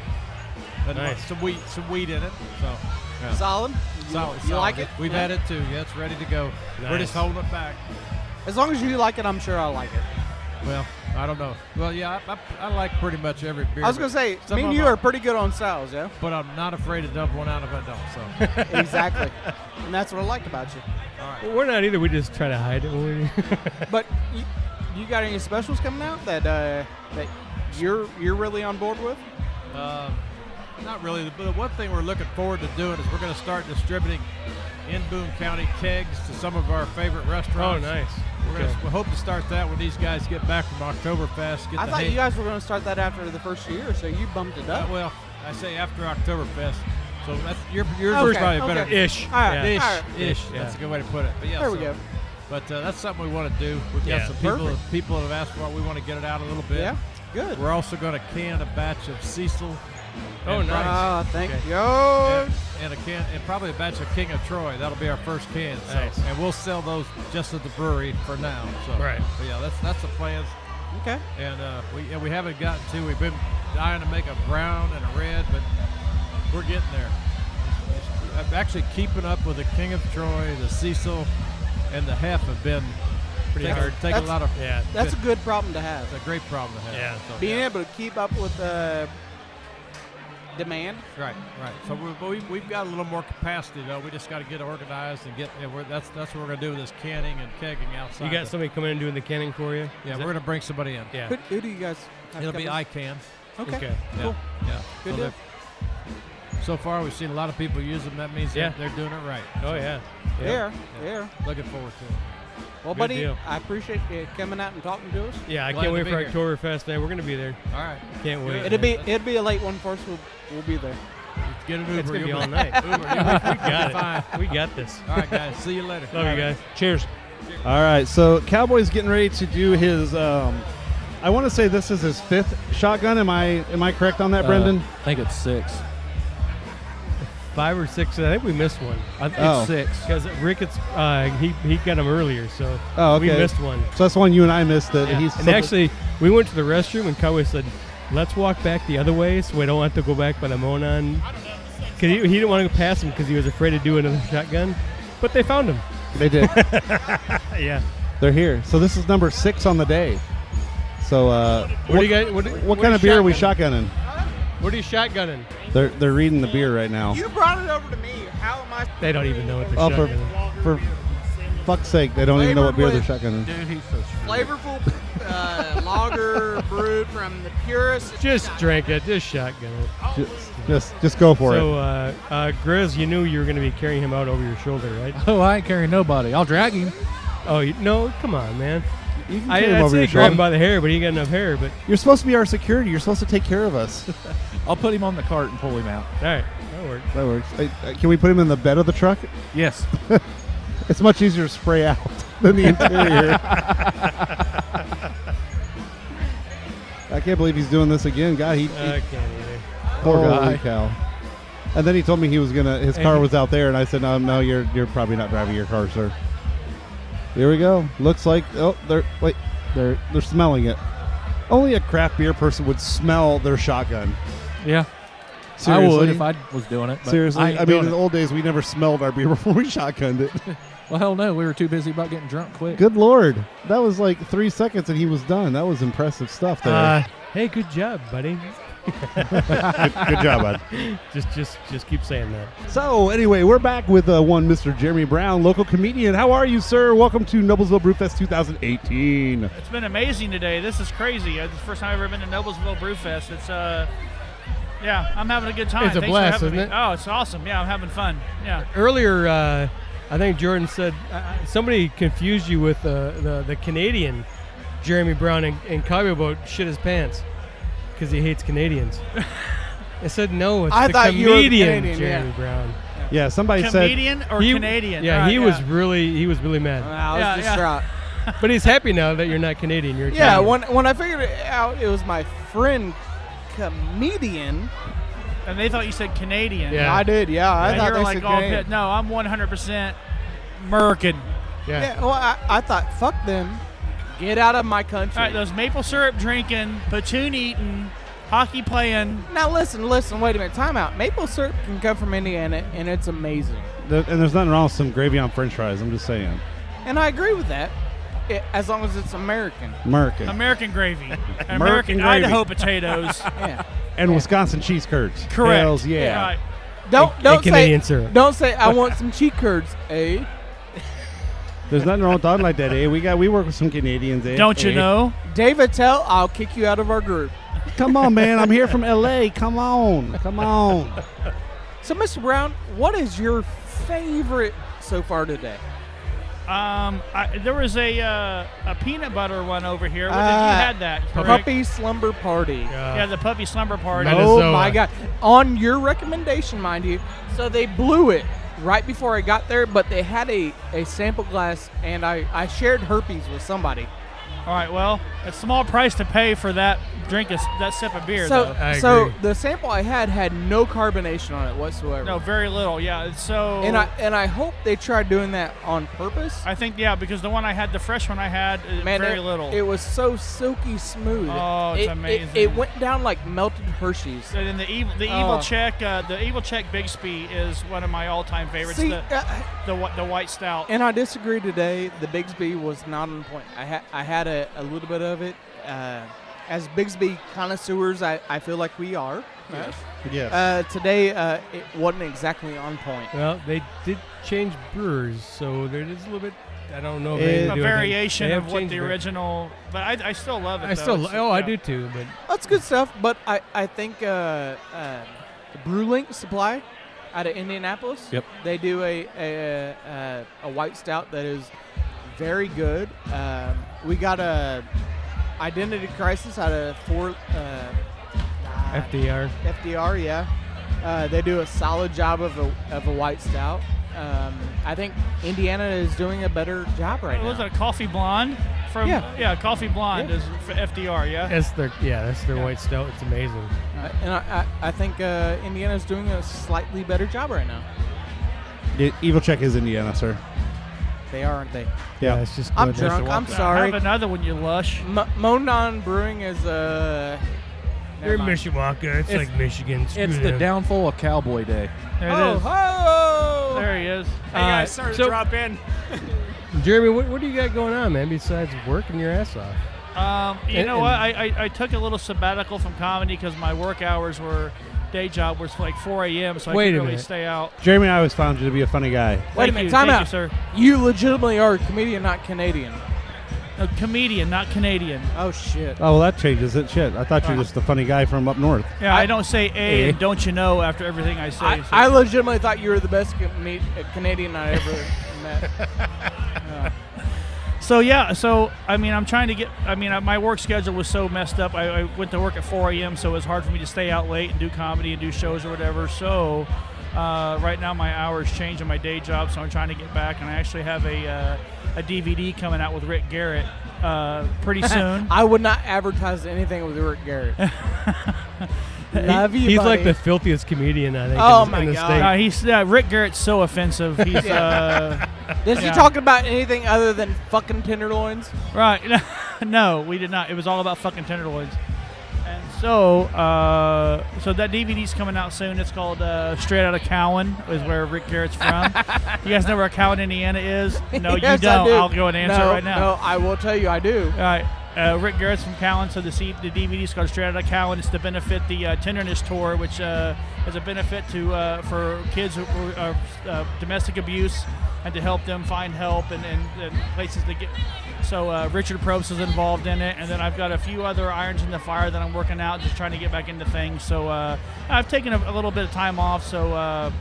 Speaker 10: but
Speaker 4: Nice.
Speaker 10: some wheat some wheat in it. So yeah.
Speaker 8: Solid. You,
Speaker 10: Solid,
Speaker 8: you
Speaker 10: solid.
Speaker 8: like it?
Speaker 10: We've had it too. Yeah, it's ready to go. We're
Speaker 4: Nice.
Speaker 10: just holding it back.
Speaker 8: As long as you like it, I'm sure I like it.
Speaker 10: Well, I don't know. Well, yeah, I, I, I like pretty much every beer.
Speaker 8: I was
Speaker 10: but
Speaker 8: gonna say,
Speaker 10: some
Speaker 8: me and
Speaker 10: of
Speaker 8: you
Speaker 10: them-
Speaker 8: are pretty good on styles, yeah.
Speaker 10: But I'm not afraid to dump one out if I don't. So
Speaker 8: exactly, and that's what I like about you.
Speaker 4: We're not either. We just try to hide it. when we-
Speaker 8: But you, you got any specials coming out that uh, that you're you're really on board with?
Speaker 10: Um, not really, but the one thing we're looking forward to doing is we're going to start distributing in Boone County kegs to some of our favorite
Speaker 4: oh,
Speaker 10: restaurants.
Speaker 4: nice.
Speaker 10: We're
Speaker 4: Okay.
Speaker 10: gonna, we hope to start that when these guys get back from Oktoberfest. Get
Speaker 8: I
Speaker 10: the
Speaker 8: thought
Speaker 10: hay-
Speaker 8: you guys were going to start that after the first year, so you bumped it
Speaker 10: Uh,
Speaker 8: up.
Speaker 10: well, I say after Oktoberfest, so that's your yours
Speaker 8: Okay,
Speaker 10: is probably better.
Speaker 8: okay.
Speaker 4: Ish.
Speaker 8: All right.
Speaker 4: Yeah.
Speaker 10: Ish,
Speaker 8: All right.
Speaker 10: ish.
Speaker 4: Yeah.
Speaker 10: That's a good way to put it. But yeah,
Speaker 8: There we
Speaker 10: so-
Speaker 8: go.
Speaker 10: But uh, that's something we want to do. We've got
Speaker 4: Yeah.
Speaker 10: some people
Speaker 8: Perfect.
Speaker 10: people that have asked for. it. We want to get it out a little bit.
Speaker 8: Yeah. Good.
Speaker 10: We're also going to can a batch of Cecil.
Speaker 4: Oh,
Speaker 10: and
Speaker 4: nice.
Speaker 10: Rice.
Speaker 8: Ah, thank
Speaker 10: Okay.
Speaker 8: you.
Speaker 10: and, and a can, and probably a batch of King of Troy. That'll be our first can. So,
Speaker 4: Nice.
Speaker 10: And we'll sell those just at the brewery for now. So,
Speaker 4: Right.
Speaker 10: But yeah, that's that's the plans.
Speaker 8: Okay.
Speaker 10: And uh, we and we haven't gotten to. We've been dying to make a brown and a red, but we're getting there. I'm actually keeping up with the King of Troy, the Cecil, and the half have been pretty
Speaker 4: hard.
Speaker 10: Take a
Speaker 8: That's-
Speaker 10: lot of.
Speaker 4: Yeah.
Speaker 8: That's a good problem to have.
Speaker 10: It's a great problem to have.
Speaker 4: Yeah.
Speaker 10: So,
Speaker 8: Being able to keep up with uh, demand.
Speaker 10: Right, right. So we but we've, we've got a little more capacity though. We just got to get organized and get. And we're, that's that's what we're gonna do with this canning and kegging outside.
Speaker 4: You got somebody coming in doing the canning for you?
Speaker 10: Yeah,
Speaker 4: Is
Speaker 10: we're
Speaker 4: that-
Speaker 10: gonna bring somebody in.
Speaker 4: Yeah.
Speaker 8: Who, who do you guys? Have
Speaker 10: It'll be
Speaker 8: coming?
Speaker 10: ICANN.
Speaker 8: Okay.
Speaker 4: Okay.
Speaker 10: Yeah.
Speaker 8: Cool.
Speaker 10: Yeah.
Speaker 8: Good
Speaker 10: so,
Speaker 8: deal.
Speaker 10: they're- so far, we've seen a lot of people use them. That means
Speaker 4: Yeah.
Speaker 10: they're, they're doing it right.
Speaker 4: Oh, yeah.
Speaker 8: There. There.
Speaker 10: Looking forward to it.
Speaker 8: Well,
Speaker 4: Good
Speaker 8: buddy,
Speaker 4: deal.
Speaker 8: I appreciate you coming out and talking to us.
Speaker 4: Yeah, I
Speaker 10: Glad
Speaker 4: can't
Speaker 10: to
Speaker 4: wait
Speaker 10: be
Speaker 4: for
Speaker 10: here.
Speaker 4: Oktoberfest, man. We're going to be there.
Speaker 10: All right.
Speaker 4: Can't wait.
Speaker 8: It'll
Speaker 4: man.
Speaker 8: be it'll be a late one for us. We'll, we'll be there.
Speaker 10: Let's get an Uber.
Speaker 4: It's going to be
Speaker 10: You'll
Speaker 4: all night.
Speaker 10: Uber. You'll be-
Speaker 4: we got it. We got this.
Speaker 10: all right, guys. See you later.
Speaker 4: Love you guys. Cheers.
Speaker 2: All right, so Cowboy's getting ready to do his. Um, I want to say this is his fifth shotgun. Am I am I correct on that, Brendan?
Speaker 5: Uh, I think it's six.
Speaker 4: Five or six. I think we missed one.
Speaker 5: I think
Speaker 2: Oh.
Speaker 5: it's six.
Speaker 4: Because Ricketts, uh, he, he got them earlier, so
Speaker 2: Oh, okay.
Speaker 4: we missed one.
Speaker 2: So that's the one you and I missed. That
Speaker 4: Yeah.
Speaker 2: he's
Speaker 4: and actually, we went to the restroom, and Cowboy said, "Let's walk back the other way, so we don't have to go back by the Monon." Because he, he didn't want to go past him because he was afraid to do another shotgun. But they found him.
Speaker 2: they did.
Speaker 4: Yeah.
Speaker 2: They're here. So this is number six on the day. So uh,
Speaker 4: What, do you guys? What, do-
Speaker 2: what
Speaker 4: do
Speaker 2: kind
Speaker 4: you
Speaker 2: of beer are we
Speaker 4: shotgun-
Speaker 2: shotgunning?
Speaker 4: What are you shotgunning?
Speaker 2: They're they're reading the beer right now.
Speaker 8: You brought it over to me. How am I?
Speaker 4: They don't even know what they're
Speaker 2: Oh, for,
Speaker 4: shotgunning.
Speaker 2: for fuck's sake, they don't even know what beer they're
Speaker 8: Flavored
Speaker 2: shotgunning.
Speaker 10: Dude, he's so screwed.
Speaker 8: Flavorful uh, lager brewed from the purest.
Speaker 4: Just drink it. Just shotgun it.
Speaker 2: Just, just just go for
Speaker 4: so, uh, uh, Grizz, you knew you were going to be carrying him out over your shoulder, right?
Speaker 5: Oh, I ain't carrying nobody. I'll drag him.
Speaker 4: Oh you, no! Come on, man.
Speaker 2: it. You can
Speaker 4: I,
Speaker 2: carry
Speaker 4: I'd
Speaker 2: him over
Speaker 4: say
Speaker 2: your
Speaker 4: grab
Speaker 2: shoulder.
Speaker 4: him by the hair, but he ain't got enough hair. But
Speaker 2: You're supposed to be our security. You're supposed to take care of us.
Speaker 5: I'll put him on the cart and pull him out.
Speaker 4: all right, that works.
Speaker 2: That works. Hey, uh, can we put him in the bed of the truck?
Speaker 5: Yes.
Speaker 2: It's much easier to spray out than the interior. I can't believe he's doing this again. God, he, he-
Speaker 4: I can't either.
Speaker 2: poor
Speaker 5: Oh,
Speaker 2: holy
Speaker 5: I-
Speaker 2: cow. And then he told me he was gonna. His car was out there, and I said, "No, no, you're you're probably not driving your car, sir." Here we go. Looks like oh, they're wait, they're they're smelling it. Only a craft beer person would smell their shotgun.
Speaker 5: Yeah.
Speaker 2: Seriously?
Speaker 5: I would if I was doing it. But
Speaker 2: Seriously,
Speaker 5: I,
Speaker 2: I,
Speaker 5: ain't
Speaker 2: mean,
Speaker 5: doing
Speaker 2: in the
Speaker 5: it.
Speaker 2: old days, we never smelled our beer before we shotgunned it.
Speaker 5: well, hell no. We were too busy about getting drunk quick.
Speaker 2: Good lord, that was like three seconds, and he was done. That was impressive stuff. There,
Speaker 4: Uh, hey, good job, buddy.
Speaker 2: good job, bud.
Speaker 4: Just, just, just keep saying that.
Speaker 2: So anyway, we're back with uh, one Mr. Jeremy Brown, local comedian. How are you, sir? Welcome to Noblesville Brewfest 2018.
Speaker 11: It's been amazing today. This is crazy. Uh, It's the first time I've ever been to Noblesville Brewfest. It's uh, yeah, I'm having a good time.
Speaker 4: It's a
Speaker 11: Thanks
Speaker 4: blast,
Speaker 11: for having
Speaker 4: isn't
Speaker 11: me.
Speaker 4: it?
Speaker 11: Oh, it's awesome. Yeah, I'm having fun. Yeah.
Speaker 4: Earlier, uh, I think Jordan said uh, somebody confused you with uh, the the Canadian Jeremy Brown and, and Cowboy Boat shit his pants because he hates Canadians. I said no. It's
Speaker 8: I
Speaker 4: the
Speaker 8: thought you were
Speaker 4: comedian
Speaker 8: Canadian,
Speaker 4: Jeremy
Speaker 8: yeah.
Speaker 4: Brown.
Speaker 2: Yeah, somebody said
Speaker 11: Comedian or
Speaker 4: He-
Speaker 11: Canadian?
Speaker 4: Yeah,
Speaker 11: Right,
Speaker 4: he was really he was really
Speaker 8: Uh,
Speaker 4: mad.
Speaker 8: I was
Speaker 11: Yeah, yeah.
Speaker 8: distraught.
Speaker 4: But he's happy now that you're not Canadian. You're
Speaker 8: Yeah,
Speaker 4: Italian.
Speaker 8: when when I figured it out, it was my friend comedian.
Speaker 11: And they thought you said Canadian.
Speaker 4: Yeah.
Speaker 8: I did, yeah. I
Speaker 11: And
Speaker 8: thought
Speaker 11: you're
Speaker 8: they
Speaker 11: like
Speaker 8: said
Speaker 11: all
Speaker 8: Canadian.
Speaker 11: pit. No, I'm 100 percent American.
Speaker 12: Yeah.
Speaker 3: well, I, I thought, fuck them. Get out of my country.
Speaker 11: All right, those maple syrup drinking, patchouli eating, hockey playing.
Speaker 3: Now listen, listen, wait a minute. Time out. Maple syrup can come from Indiana, and it's amazing.
Speaker 2: There, and there's nothing wrong with some gravy on French fries. I'm just saying.
Speaker 3: And I agree with that, i- as long as it's American.
Speaker 2: American.
Speaker 11: American gravy.
Speaker 2: American
Speaker 11: American
Speaker 2: gravy.
Speaker 11: Idaho potatoes.
Speaker 3: yeah.
Speaker 2: And Wisconsin cheese curds.
Speaker 11: Correct.
Speaker 2: Hells yeah.
Speaker 11: Right.
Speaker 3: Don't
Speaker 2: And-
Speaker 3: don't
Speaker 2: and Canadian
Speaker 3: say
Speaker 2: syrup.
Speaker 3: don't say I want some cheat curds, eh?
Speaker 2: There's nothing wrong with dog like that, eh? We got we work with some Canadians, eh? Eh?
Speaker 3: Dave Attell, I'll kick you out of our group.
Speaker 2: Come on, man. I'm here from LA. Come on. Come on.
Speaker 3: So, Mr. Brown, what is your favorite so far today?
Speaker 11: Um, I, there was a uh, a peanut butter one over here. What
Speaker 3: Uh,
Speaker 11: you had that? correct?
Speaker 3: puppy slumber party.
Speaker 4: uh,
Speaker 11: Yeah, the puppy slumber party.
Speaker 3: Oh my god! On your recommendation, mind you. So they blew it right before I got there, but they had a, a sample glass, and I, I shared herpes with somebody.
Speaker 11: All right, well, a small price to pay for that drink, is, that sip of beer,
Speaker 3: so
Speaker 11: though.
Speaker 3: so the sample I had had no carbonation on it whatsoever.
Speaker 11: no, very little. Yeah, it's so.
Speaker 3: And I and I hope they tried doing that on purpose.
Speaker 11: I think yeah, because the one I had, the fresh one I had, uh,
Speaker 3: Man,
Speaker 11: very
Speaker 3: it,
Speaker 11: little.
Speaker 3: It was so silky smooth.
Speaker 11: Oh, it's
Speaker 3: It- it-
Speaker 11: amazing.
Speaker 3: It, went down like melted Hershey's.
Speaker 11: and then the evil, the evil
Speaker 3: Oh.
Speaker 11: check, uh, the evil check Bigsby is one of my all-time favorites.
Speaker 3: See, uh,
Speaker 11: the, the whi- the white stout.
Speaker 3: And I disagree today. The Bigsby was not on point. I had I had a, a little bit of it. Uh, as Bigsby connoisseurs, I, I feel like we are.
Speaker 11: Yes.
Speaker 2: Yes.
Speaker 3: Uh, today uh, it wasn't exactly on point.
Speaker 4: Well, they did change brewers, so there is a little bit. I don't know. If
Speaker 3: It-
Speaker 4: they
Speaker 3: A
Speaker 4: do it.
Speaker 11: variation
Speaker 4: They have
Speaker 11: of what
Speaker 4: changed
Speaker 11: the
Speaker 4: it.
Speaker 11: original, but I, I still love it.
Speaker 4: I
Speaker 11: though.
Speaker 4: still.
Speaker 11: It's-
Speaker 4: Oh, I
Speaker 11: yeah.
Speaker 4: do too. But
Speaker 3: That's good stuff. But I I think uh, uh, Brewlink Supply out of Indianapolis.
Speaker 5: Yep.
Speaker 3: They do a a, a, a white stout that is very good. Um, we got a Identity Crisis out of four. Uh, ah,
Speaker 4: FDR.
Speaker 3: FDR, yeah. Uh, they do a solid job of a, of a white stout. Um, I think Indiana is doing a better job right
Speaker 11: What was
Speaker 3: now.
Speaker 11: it a coffee blonde from?
Speaker 3: Yeah.
Speaker 11: Yeah, coffee blonde
Speaker 3: Yeah.
Speaker 11: is for FDR. Yeah.
Speaker 4: that's their. Yeah, that's their white stout. It's amazing.
Speaker 3: Uh, and I, I, I think uh, Indiana's doing a slightly better job right now.
Speaker 2: Yeah, Evil Check is Indiana, sir.
Speaker 3: They are, aren't they?
Speaker 2: Yeah.
Speaker 4: it's just
Speaker 3: I'm drunk. I'm sorry.
Speaker 11: Have another one, you lush.
Speaker 3: M- Monon Brewing is Uh,
Speaker 4: They're
Speaker 3: never mind.
Speaker 4: Mishawaka. It's,
Speaker 5: It's-
Speaker 4: like Michigan. Screw
Speaker 5: It's the
Speaker 4: them.
Speaker 5: downfall of Cowboy Day.
Speaker 11: There it
Speaker 3: Oh,
Speaker 11: is.
Speaker 3: ho!
Speaker 11: There he is.
Speaker 4: Hey,
Speaker 11: sorry
Speaker 4: guys, Uh, sorry to so-
Speaker 11: to drop in.
Speaker 4: Jeremy, what, what do you got going on, man? Besides working your ass off.
Speaker 11: Um, you
Speaker 4: And-
Speaker 11: know what?
Speaker 4: and-
Speaker 11: I, I, I took a little sabbatical from comedy because my work hours were day job was like 4 a.m. So I
Speaker 2: Wait a
Speaker 11: could really
Speaker 2: minute.
Speaker 11: stay out.
Speaker 2: Jeremy, I always found you to be a funny guy.
Speaker 3: Wait
Speaker 11: Thank
Speaker 3: a minute.
Speaker 11: you,
Speaker 3: Time
Speaker 11: thank
Speaker 3: out.
Speaker 11: you, sir.
Speaker 3: You legitimately are a comedian, not Canadian.
Speaker 11: A comedian, not Canadian.
Speaker 3: Oh shit.
Speaker 2: Oh, well, that changes it. Shit. I thought you were just a funny guy from up north.
Speaker 11: Yeah, I, don't say a
Speaker 2: Eh.
Speaker 11: and don't you know after everything I say.
Speaker 3: I,
Speaker 11: so-
Speaker 3: I legitimately thought you were the best com- Canadian I ever met. Uh, Yeah.
Speaker 11: So yeah, so I mean, I'm trying to get. I mean, I- my work schedule was so messed up. I, I went to work at 4 a.m., so it was hard for me to stay out late and do comedy and do shows or whatever. So uh, right now, my hours change in my day job, so I'm trying to get back. And I actually have a uh, a DVD coming out with Rick Garrett uh, pretty soon.
Speaker 3: I would not advertise anything with Rick Garrett. Love you,
Speaker 4: He's
Speaker 3: buddy.
Speaker 4: like the filthiest comedian I think.
Speaker 3: Oh
Speaker 4: in,
Speaker 3: my
Speaker 4: in the
Speaker 3: God.
Speaker 4: state.
Speaker 11: Uh, he's uh, Rick Garrett's so offensive. He's uh,
Speaker 3: Does
Speaker 11: yeah.
Speaker 3: he talk about anything other than fucking tenderloins?
Speaker 11: right. no, we did not. It was all about fucking tenderloins. And so, uh, so that DVD's coming out soon. It's called uh, Straight Outta Cowan, is where Rick Garrett's from. you guys know where Cowan, Indiana is? No,
Speaker 3: Yes,
Speaker 11: you
Speaker 3: I
Speaker 11: don't.
Speaker 3: do.
Speaker 11: I'll go and answer
Speaker 3: No,
Speaker 11: right now.
Speaker 3: No, I will tell you, I do.
Speaker 11: All right. Uh, Rick Garrett's from Cowan, so the, C- the DVD's called Straight Outta Cowan. It's to benefit the uh, Tenderness Tour, which uh, is a benefit to uh, for kids who who are uh, domestic abuse and to help them find help and, and, and places to get. So uh, Richard Probst is involved in it, and then I've got a few other irons in the fire that I'm working out, just trying to get back into things. So uh, I've taken a, a little bit of time off, so uh,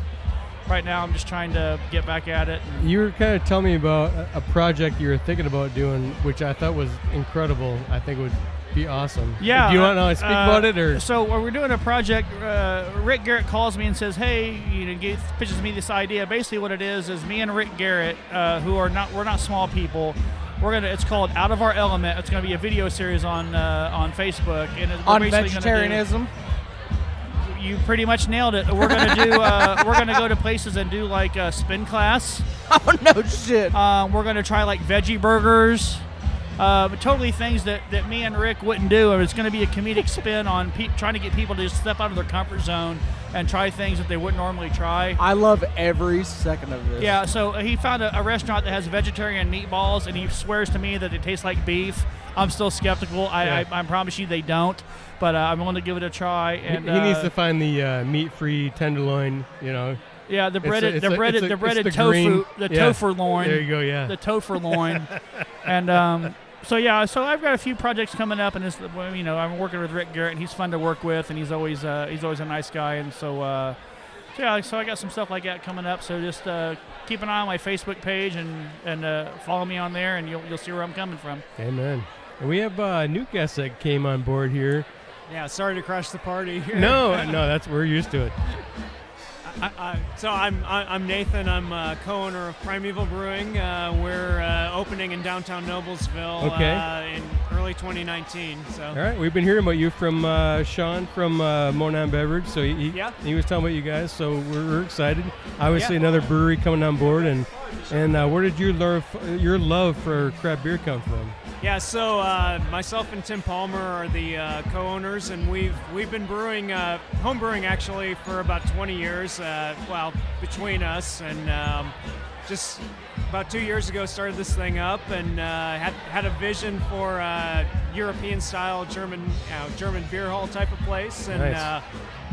Speaker 11: right now I'm just trying to get back at it.
Speaker 4: You were kind of telling me about a- a project you were thinking about doing, which I thought was incredible. I think it would be awesome.
Speaker 11: Yeah.
Speaker 4: Do you want
Speaker 11: uh,
Speaker 4: to speak
Speaker 11: uh,
Speaker 4: about it, or
Speaker 11: so? When we're doing a project, uh, Rick Garrett calls me and says, "Hey, you know, get, pitches me this idea. Basically, what it is is me and Rick Garrett, uh, who are not we're not small people. We're gonna. It's called Out of Our Element. It's gonna be a video series on uh, on Facebook and it, we're
Speaker 3: On
Speaker 11: basically gonna do-
Speaker 3: vegetarianism.
Speaker 11: you pretty much nailed it. We're gonna do. Uh, we're gonna go to places and do like a spin class. oh no shit. Um, we're gonna try like veggie burgers. Uh, but totally things that, that me and Rick wouldn't do. It's going to be a comedic spin on pe- trying to get people to just step out of their comfort zone and try things that they wouldn't normally try.
Speaker 8: I love every second of this.
Speaker 11: Yeah, so he found a, a restaurant that has vegetarian meatballs, and he swears to me that they taste like beef. I'm still skeptical. I,
Speaker 4: Yeah.
Speaker 11: I, I promise you they don't, but uh, I'm willing to give it a try.
Speaker 4: He,
Speaker 11: And
Speaker 4: he needs
Speaker 11: uh,
Speaker 4: to find the uh, meat-free tenderloin. You know.
Speaker 11: Yeah, the
Speaker 4: It's a-
Speaker 11: breaded,
Speaker 4: it's
Speaker 11: the
Speaker 4: a-
Speaker 11: breaded,
Speaker 4: it's a-
Speaker 11: the
Speaker 4: it's
Speaker 11: breaded tofu,
Speaker 4: green-
Speaker 11: the
Speaker 4: yeah.
Speaker 11: tofu loin.
Speaker 4: There you go. Yeah.
Speaker 11: the tofu loin, and um, so yeah, so I've got a few projects coming up, and it's well, you know I'm working with Rick Garrett, and he's fun to work with, and he's always uh, he's always a nice guy, and so. Uh, so yeah, so I got some stuff like that coming up. So just uh, keep an eye on my Facebook page and and uh, follow me on there, and you'll you'll see where I'm coming from.
Speaker 4: Amen. And we have uh, new guests that came on board here.
Speaker 13: Yeah, sorry to crash the party here.
Speaker 4: No, no, that's we're used to it.
Speaker 13: I, I, so I'm I, I'm Nathan. I'm uh, co-owner of Primeval Brewing. Uh, we're uh, opening in downtown Noblesville
Speaker 4: Okay.
Speaker 13: uh, in early 2019. So
Speaker 4: All right, we've been hearing about you from uh, Sean from uh, Monon Beverage. So he, he-
Speaker 13: Yeah.
Speaker 4: he was telling about you guys. So we're, we're excited. Obviously,
Speaker 13: Yeah.
Speaker 4: another brewery coming on board. And and uh, where did your love your love for craft beer come from?
Speaker 13: Yeah, so uh, myself and Tim Palmer are the uh, co-owners, and we've we've been brewing uh, home brewing actually for about 20 years. Uh, well, between us and um, just about two years ago, started this thing up and uh, had had a vision for uh, European style German uh, German beer hall type of place, and.
Speaker 4: Nice.
Speaker 13: Uh,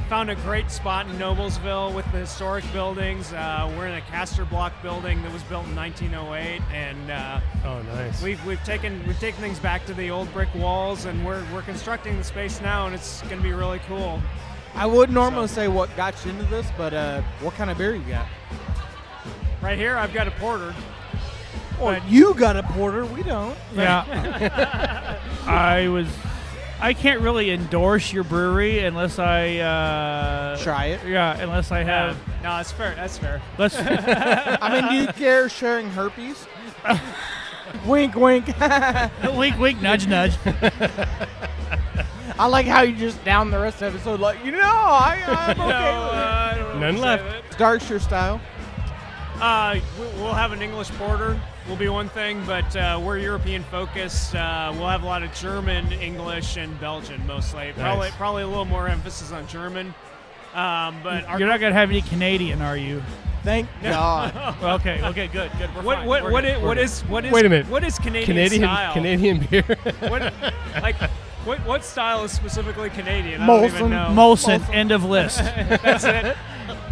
Speaker 13: Found a great spot in Noblesville with the historic buildings. Uh, we're in a Castor Block building that was built in 1908, and uh,
Speaker 4: Oh, nice.
Speaker 13: We've we've taken we've taken things back to the old brick walls, and we're we're constructing the space now, and it's going to be really cool.
Speaker 8: I would normally say what got you into this, but uh, what kind of beer you got?
Speaker 13: Right here, I've got a porter.
Speaker 8: Well, you got a porter. We don't.
Speaker 11: Yeah. I was. I can't really endorse your brewery unless I uh,
Speaker 8: try it.
Speaker 11: Yeah, unless I have.
Speaker 13: Uh, No, that's fair. That's fair.
Speaker 11: Let's-
Speaker 8: I mean, do you care sharing herpes? wink, wink.
Speaker 11: wink, wink, nudge, nudge.
Speaker 8: I like how you just down the rest of the episode, like, you know, I, I'm okay with it.
Speaker 4: None left.
Speaker 8: Darkshire style.
Speaker 13: Uh, we- we'll have an English porter. Will be one thing, but uh, we're European focused. Uh, we'll have a lot of German, English, and Belgian mostly. Probably
Speaker 11: Nice.
Speaker 13: probably a little more emphasis on German. Um, but our
Speaker 11: You're not gonna have any Canadian, are you?
Speaker 8: Thank
Speaker 13: God.
Speaker 11: okay. Okay. Good. Good. We're
Speaker 13: What
Speaker 11: fine.
Speaker 13: what
Speaker 11: We're
Speaker 13: what
Speaker 11: good.
Speaker 13: is, what is what is
Speaker 4: Wait a minute.
Speaker 13: What is Canadian
Speaker 4: Canadian
Speaker 13: style?
Speaker 4: Canadian beer?
Speaker 13: what like what what style is specifically Canadian? I don't even know.
Speaker 11: Molson. Molson. End of list.
Speaker 13: That's it.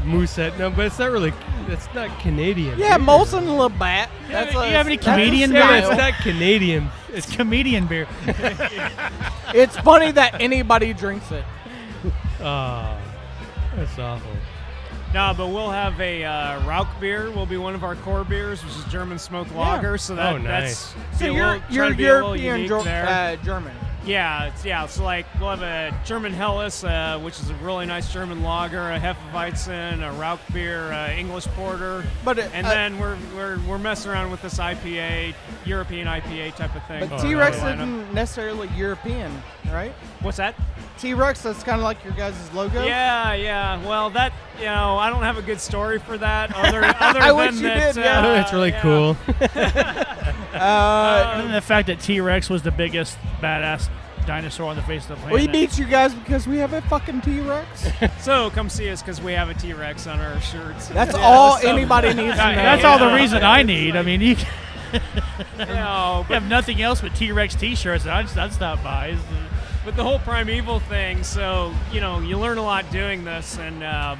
Speaker 4: Moosehead. No, but it's not really. It's not Canadian.
Speaker 8: Yeah,
Speaker 4: beer.
Speaker 8: Molson Labatt. That's
Speaker 11: Do you have any
Speaker 8: that's a
Speaker 11: Canadian
Speaker 8: style.
Speaker 11: beer?
Speaker 4: It's not Canadian.
Speaker 11: It's comedian beer.
Speaker 8: It's funny that anybody drinks it.
Speaker 4: Oh, that's awful.
Speaker 13: No, but we'll have a uh, Rauch beer. Will be one of our core beers, which is German smoked lager. So that,
Speaker 4: Oh, nice.
Speaker 13: that's
Speaker 8: So
Speaker 13: be a
Speaker 8: you're-
Speaker 13: little- try
Speaker 8: you're
Speaker 13: to be a little
Speaker 8: European
Speaker 13: unique
Speaker 8: Ger-
Speaker 13: there.
Speaker 8: uh, German.
Speaker 13: Yeah, it's- yeah. So like we'll have a German Helles, uh, which is a really nice German lager, a Hefeweizen, a Rauch beer, uh, English porter.
Speaker 8: But uh,
Speaker 13: and then we're, we're we're messing around with this IPA, European IPA type of thing.
Speaker 4: Oh,
Speaker 8: But T Rex
Speaker 13: Lineup.
Speaker 8: isn't necessarily European, right?
Speaker 13: What's that?
Speaker 8: T Rex, that's kind of like your guys' logo.
Speaker 13: Yeah, yeah. Well, that you know, I don't have a good story for that. Other, other
Speaker 8: I
Speaker 13: than
Speaker 8: wish you
Speaker 13: that,
Speaker 8: did, yeah.
Speaker 13: uh,
Speaker 4: That's really cool.
Speaker 11: and then the fact that T Rex was the biggest badass dinosaur on the face of the planet.
Speaker 8: We beat you guys because we have a fucking T Rex.
Speaker 13: So come see us because we have a T Rex on our shirts.
Speaker 8: That's all anybody needs to know.
Speaker 11: That's all the reason I need. I mean, you,
Speaker 13: No,
Speaker 11: you have nothing else but T Rex t shirts, and I'd, I'd stop by. It's the-
Speaker 13: But the whole primeval thing. So you know, you learn a lot doing this, and um,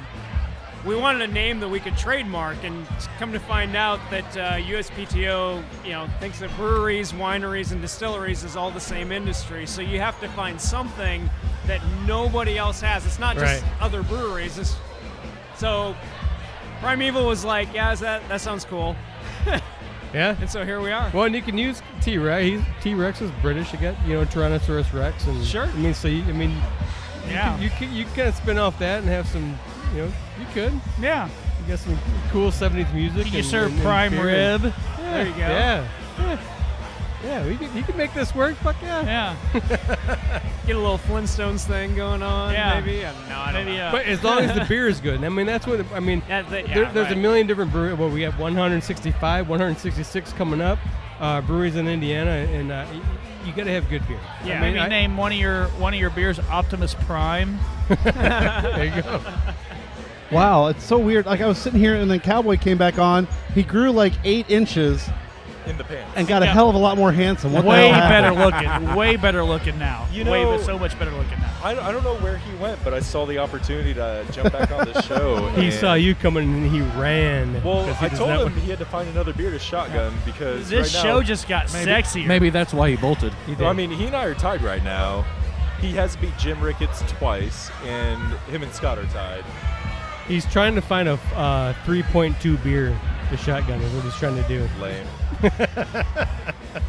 Speaker 13: we wanted a name that we could trademark. And come to find out that uh, USPTO, you know, thinks that breweries, wineries, and distilleries is all the same industry. So you have to find something that nobody else has. It's not just
Speaker 4: Right.
Speaker 13: other breweries. It's, so primeval was like, yeah, is that that sounds cool.
Speaker 4: Yeah.
Speaker 13: And so here we are.
Speaker 4: Well, and you can use T Rex. He's T Rex is British. You got you know Tyrannosaurus Rex and
Speaker 13: Sure.
Speaker 4: I mean, so you, I mean,
Speaker 11: Yeah.
Speaker 4: you can, you can you kind of spin off that and have some you know you could
Speaker 11: yeah.
Speaker 4: you got some cool '70s music.
Speaker 11: You
Speaker 4: and-
Speaker 11: serve
Speaker 4: and- and
Speaker 11: prime
Speaker 4: beer
Speaker 11: rib.
Speaker 4: and- Yeah,
Speaker 11: There you go.
Speaker 4: Yeah.
Speaker 13: Yeah, we can, you can make this work. Fuck yeah. Yeah. Get a little Flintstones thing going on,
Speaker 11: Yeah.
Speaker 13: maybe. I'm not.
Speaker 11: Maybe, uh,
Speaker 4: But as long as the beer is good, I mean that's what I mean. there, there's a million different breweries. Well, we have 165, 166 coming up. Uh, breweries in Indiana, and uh, y- you got to have good beer.
Speaker 11: Yeah,
Speaker 4: I
Speaker 11: maybe
Speaker 4: mean, I-
Speaker 11: name one of your one of your beers Optimus Prime. there
Speaker 4: you go.
Speaker 2: Wow, it's so weird. Like I was sitting here, and then Cowboy came back on. He grew like eight inches
Speaker 6: In the pants.
Speaker 2: and got a hell of a lot more handsome. What the
Speaker 11: way
Speaker 2: hell
Speaker 11: better
Speaker 2: happened?
Speaker 11: looking, way better looking now.
Speaker 6: You
Speaker 11: way
Speaker 6: know-
Speaker 11: but so much better looking now.
Speaker 6: I, I don't know where he went, but I saw the opportunity to jump back on the show.
Speaker 4: he
Speaker 6: and-
Speaker 4: saw you coming and he ran.
Speaker 6: Well,
Speaker 4: 'cause he
Speaker 6: I
Speaker 4: does
Speaker 6: told
Speaker 4: not
Speaker 6: him
Speaker 4: want-
Speaker 6: he had to find another beer to shotgun because
Speaker 11: This
Speaker 6: right now-
Speaker 11: show just got sexier.
Speaker 14: Maybe that's why he bolted.
Speaker 6: Well, I mean, he and I are tied right now. He has beat Jim Ricketts twice, and him and Scott are tied.
Speaker 4: He's trying to find a uh, 3.2 beer to shotgun. Is what he's trying to do.
Speaker 6: Lame.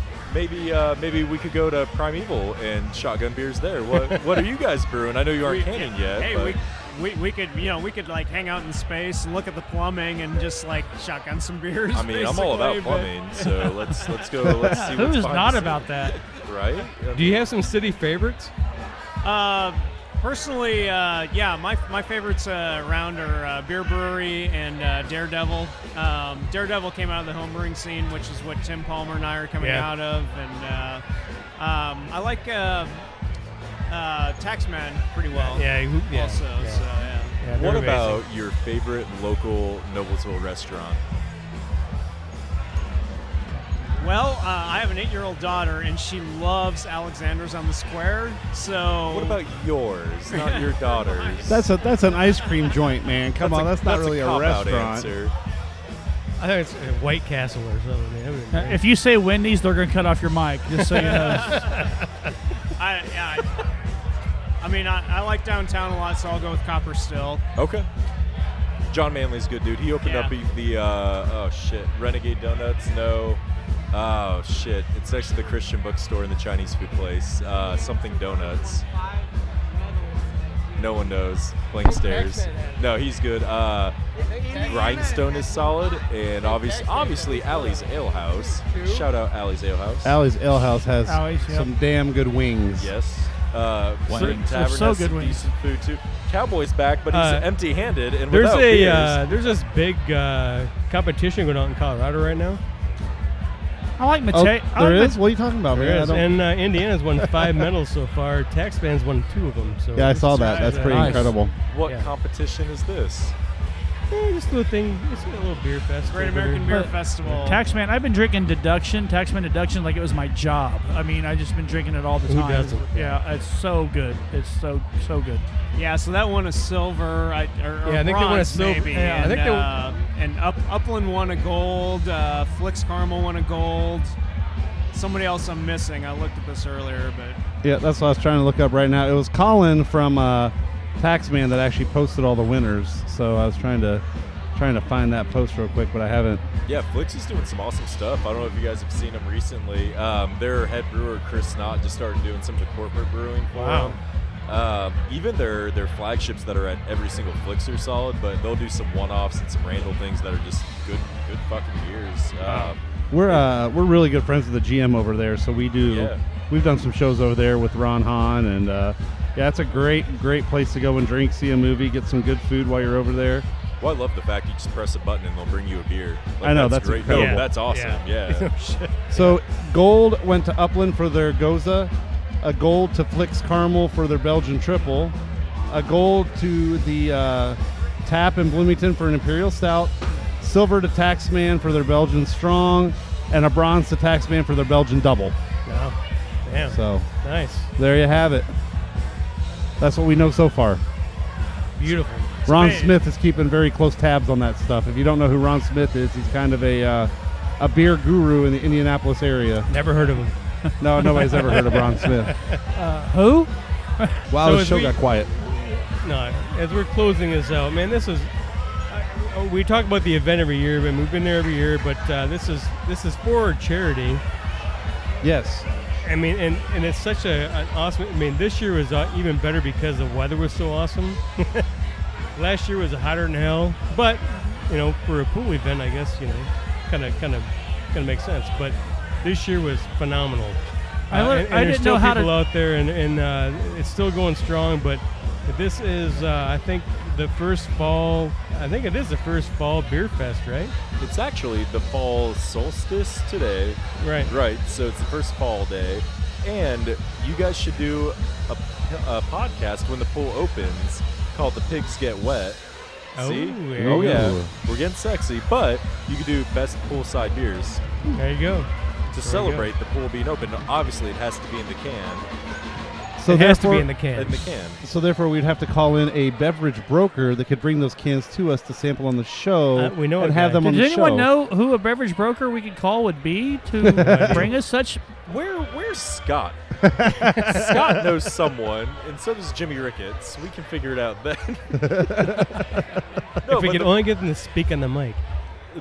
Speaker 6: Maybe, uh, maybe we could go to Primeval and shotgun beers there. What, what are you guys brewing? I know you aren't
Speaker 13: We-
Speaker 6: canning yet.
Speaker 13: Hey,
Speaker 6: but
Speaker 13: we, we, we could you know we could like hang out in space, look at the plumbing, and just like shotgun some beers.
Speaker 6: I mean, I'm all about
Speaker 13: basically,
Speaker 6: plumbing,
Speaker 13: but-
Speaker 6: so let's let's go. Let's see
Speaker 13: Who
Speaker 6: what's
Speaker 13: is
Speaker 6: behind
Speaker 13: not
Speaker 6: the
Speaker 13: about
Speaker 6: scenes.
Speaker 13: that?
Speaker 6: right?
Speaker 4: Do you have some city favorites?
Speaker 13: Uh, personally, uh, yeah, my, my favorites uh, around are uh, Beer Brewery and uh, Daredevil. Um, Daredevil came out of the homebrewing scene, which is what Tim Palmer and I are coming
Speaker 4: Yeah.
Speaker 13: out of, and uh, um, I like uh, uh, Taxman pretty well.
Speaker 4: Yeah, yeah, yeah,
Speaker 13: also.
Speaker 4: yeah.
Speaker 13: So yeah.
Speaker 4: Yeah, they're
Speaker 6: what
Speaker 4: amazing.
Speaker 6: about your favorite local Noblesville restaurant?
Speaker 13: Well, uh, I have an eight-year-old daughter, and she loves Alexander's on the Square. So
Speaker 6: What about yours, not your daughter's?
Speaker 2: That's a that's an ice cream joint, man. Come
Speaker 6: That's
Speaker 2: on,
Speaker 6: a-
Speaker 2: that's not
Speaker 6: that's a
Speaker 2: really a,
Speaker 6: cop-out
Speaker 2: restaurant.
Speaker 6: answer.
Speaker 4: I think it's uh, White Castle or something. man. That would've been
Speaker 11: Uh, If you say Wendy's, they're gonna cut off your mic. Just so you know.
Speaker 13: I, yeah, I, I mean, I, I like downtown a lot, so I'll go with Copper Still.
Speaker 6: Okay. John Manley's a good dude. He opened
Speaker 13: Yeah.
Speaker 6: up the- the uh, oh shit Renegade Donuts. No, oh shit. It's next to the Christian bookstore and the Chinese food place. Uh, something Donuts. No one knows. Blank stares. No, he's good. Uh, Grindstone is solid, and obvious, obviously Alley's Ale House. Shout out Alley's Ale House.
Speaker 2: Allie's Ale House has
Speaker 6: Alley's, yep.
Speaker 2: some damn good wings.
Speaker 6: Yes. Uh,
Speaker 2: Wings.
Speaker 6: Certain
Speaker 2: They're
Speaker 6: Tavern
Speaker 2: so
Speaker 6: has
Speaker 2: good
Speaker 6: some
Speaker 2: wings.
Speaker 6: decent food too. Cowboy's back, but he's
Speaker 4: Uh,
Speaker 6: empty-handed and
Speaker 4: there's
Speaker 6: without
Speaker 4: a
Speaker 6: beers.
Speaker 4: uh, there's this big uh, competition going on in Colorado right now.
Speaker 11: I like
Speaker 2: Oh,
Speaker 4: Mate.
Speaker 2: there is. What are you talking about,
Speaker 4: There
Speaker 2: man? I
Speaker 4: is.
Speaker 2: don't-
Speaker 4: And uh, Indiana's won five medals so far. Taxman's won two of them. So
Speaker 2: Yeah, I saw that. That's pretty
Speaker 4: Nice.
Speaker 2: incredible.
Speaker 6: What competition is this?
Speaker 4: Yeah, just a little thing. It's a little beer fest.
Speaker 13: Great
Speaker 4: over
Speaker 13: American
Speaker 4: there.
Speaker 13: Beer Festival.
Speaker 11: Taxman, I've been drinking deduction, Taxman deduction, like it was my job. I mean, I just been drinking it all the
Speaker 4: Who
Speaker 11: time.
Speaker 4: doesn't?
Speaker 11: Yeah, it's so good. It's so so good.
Speaker 13: Yeah, so that won a silver, I- or, or
Speaker 4: Yeah, I think they won a
Speaker 13: bronze
Speaker 4: silver-
Speaker 13: maybe,
Speaker 4: yeah, I
Speaker 13: and,
Speaker 4: think they-
Speaker 13: uh, and Up, Upland won a gold, uh, Flicks Carmel won a gold. Somebody else I'm missing. I looked at this earlier, but
Speaker 2: Yeah, that's what I was trying to look up right now. It was Colin from uh, Taxman that actually posted all the winners. So I was trying to trying to find that post real quick, but I haven't.
Speaker 6: Yeah, Flix is doing some awesome stuff. I don't know if you guys have seen him recently. Um, their head brewer Chris Knott just started doing some of the corporate brewing for
Speaker 4: Wow.
Speaker 6: them. Um, even their their flagships that are at every single Flix are solid, but they'll do some one offs and some random things that are just good good fucking beers. Um,
Speaker 2: We're uh, we're really good friends with the GM over there, so we do.
Speaker 6: Yeah.
Speaker 2: We've done some shows over there with Ron Hahn, and uh, yeah, it's a great great place to go and drink, see a movie, get some good food while you're over there.
Speaker 6: well, I love the fact you just press a button and they'll bring you a beer.
Speaker 2: I know, that's
Speaker 6: great.
Speaker 2: incredible.
Speaker 6: No, that's awesome. Yeah. Oh,
Speaker 13: Oh,
Speaker 2: So gold went to Upland for their Goza, a gold to Flicks Carmel for their Belgian triple, a gold to the uh, Tap in Bloomington for an Imperial Stout, silver to Taxman for their Belgian Strong, and a bronze to Taxman for their Belgian Double.
Speaker 4: No. Damn.
Speaker 2: So
Speaker 4: nice.
Speaker 2: There you have it. That's what we know so far.
Speaker 4: Beautiful.
Speaker 2: Ron
Speaker 4: Spain.
Speaker 2: Smith is keeping very close tabs on that stuff. If you don't know who Ron Smith is, he's kind of a uh, a beer guru in the Indianapolis area.
Speaker 4: Never heard of him.
Speaker 2: No, Oh, nobody's ever heard of Ron Smith.
Speaker 4: Uh,
Speaker 11: who?
Speaker 2: Wow,
Speaker 4: So
Speaker 2: the
Speaker 4: as
Speaker 2: show
Speaker 4: we-
Speaker 2: got quiet.
Speaker 4: No, as we're closing this out, man, this is. I- We talk about the event every year, and we've been there every year. But uh, this is this is for charity.
Speaker 2: Yes.
Speaker 4: I mean, and, and it's such a, an awesome. I mean, this year was uh, even better because the weather was so awesome. Last year was hotter than hell, but you know, for a pool event, I guess you know, kind of kind of kind of makes sense. But this year was phenomenal. Uh,
Speaker 11: I lear-
Speaker 4: and, and
Speaker 11: I
Speaker 4: there's
Speaker 11: didn't
Speaker 4: still
Speaker 11: know how to-
Speaker 4: people out there, and, and uh, it's still going strong. But this is, uh, I think, the first fall. I think it is the first fall beer fest, right?
Speaker 6: It's actually the fall solstice today.
Speaker 4: Right.
Speaker 6: Right. So it's the first fall day. And you guys should do a, a podcast when the pool opens called The Pigs Get Wet. See?
Speaker 4: Oh, there
Speaker 6: oh
Speaker 4: you
Speaker 6: yeah.
Speaker 4: go.
Speaker 6: We're getting sexy, but you could do best poolside beers.
Speaker 4: There you go.
Speaker 6: To celebrate the pool being open. Obviously, it has to be in the can.
Speaker 2: So therefore-
Speaker 6: In the can.
Speaker 2: So therefore, we'd have to call in a beverage broker that could bring those cans to us to sample on the show.
Speaker 11: Uh,
Speaker 4: we know
Speaker 2: and have them on
Speaker 11: Does
Speaker 2: the
Speaker 11: anyone
Speaker 2: show.
Speaker 11: know who a beverage broker we could call would be to bring us such?
Speaker 6: Where where's Scott? Scott knows someone, and so does Jimmy Ricketts. We can figure it out then.
Speaker 4: if we
Speaker 6: but
Speaker 4: could
Speaker 6: the-
Speaker 4: only get them to speak on the mic.